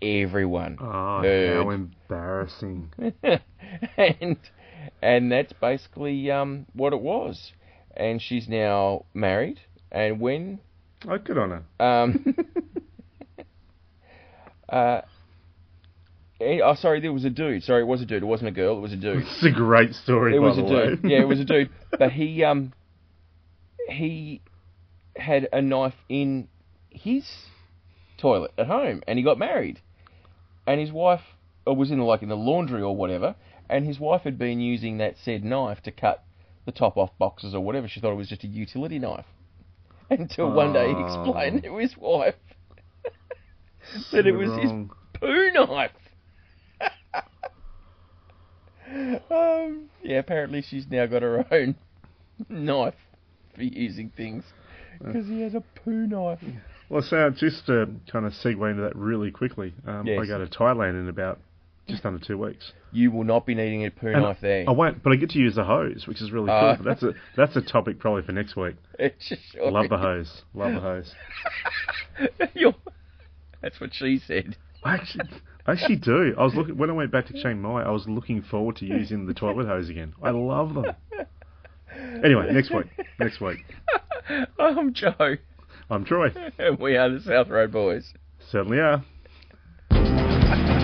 Speaker 2: everyone
Speaker 1: Oh,
Speaker 2: heard
Speaker 1: how embarrassing.
Speaker 2: [laughs] and and that's basically um, what it was. And she's now married. And when
Speaker 1: Oh, good on her.
Speaker 2: um, [laughs] uh, eh, oh sorry, there was a dude. Sorry, it was a dude. It wasn't a girl. It was a dude.
Speaker 1: It's a great story,
Speaker 2: It
Speaker 1: by
Speaker 2: was
Speaker 1: the
Speaker 2: a dude.
Speaker 1: way.
Speaker 2: Yeah, it
Speaker 1: [laughs]
Speaker 2: was a dude. But he um he had a knife in his toilet at home, and he got married, and his wife or was in the, like in the laundry or whatever, and his wife had been using that said knife to cut the top off boxes or whatever. She thought it was just a utility knife, [laughs] until one day he
Speaker 1: Oh.
Speaker 2: explained to his wife that it was his
Speaker 1: wrong.
Speaker 2: poo knife. [laughs] um, yeah, apparently she's now got her own [laughs] knife for using things because he has a poo knife.
Speaker 1: Well, so just to kind of segue into that really quickly, um, I
Speaker 2: Yes.
Speaker 1: go to Thailand in about just under two weeks.
Speaker 2: You will not be needing a poo
Speaker 1: And
Speaker 2: knife there.
Speaker 1: I won't, but I get to use the hose, which is really cool.
Speaker 2: Ah.
Speaker 1: But that's a that's a topic probably for next week.
Speaker 2: [laughs] It's just
Speaker 1: Love the hose. Love the hose.
Speaker 2: [laughs] You're- That's what she said. [laughs]
Speaker 1: I actually, I actually do. I was looking when I went back to Chiang Mai. I was looking forward to using the toilet hose again. I love them. Anyway, next week. Next week.
Speaker 2: I'm Joe, [laughs]
Speaker 1: I'm Troy.
Speaker 2: and we are the South Road Boys.
Speaker 1: Certainly are.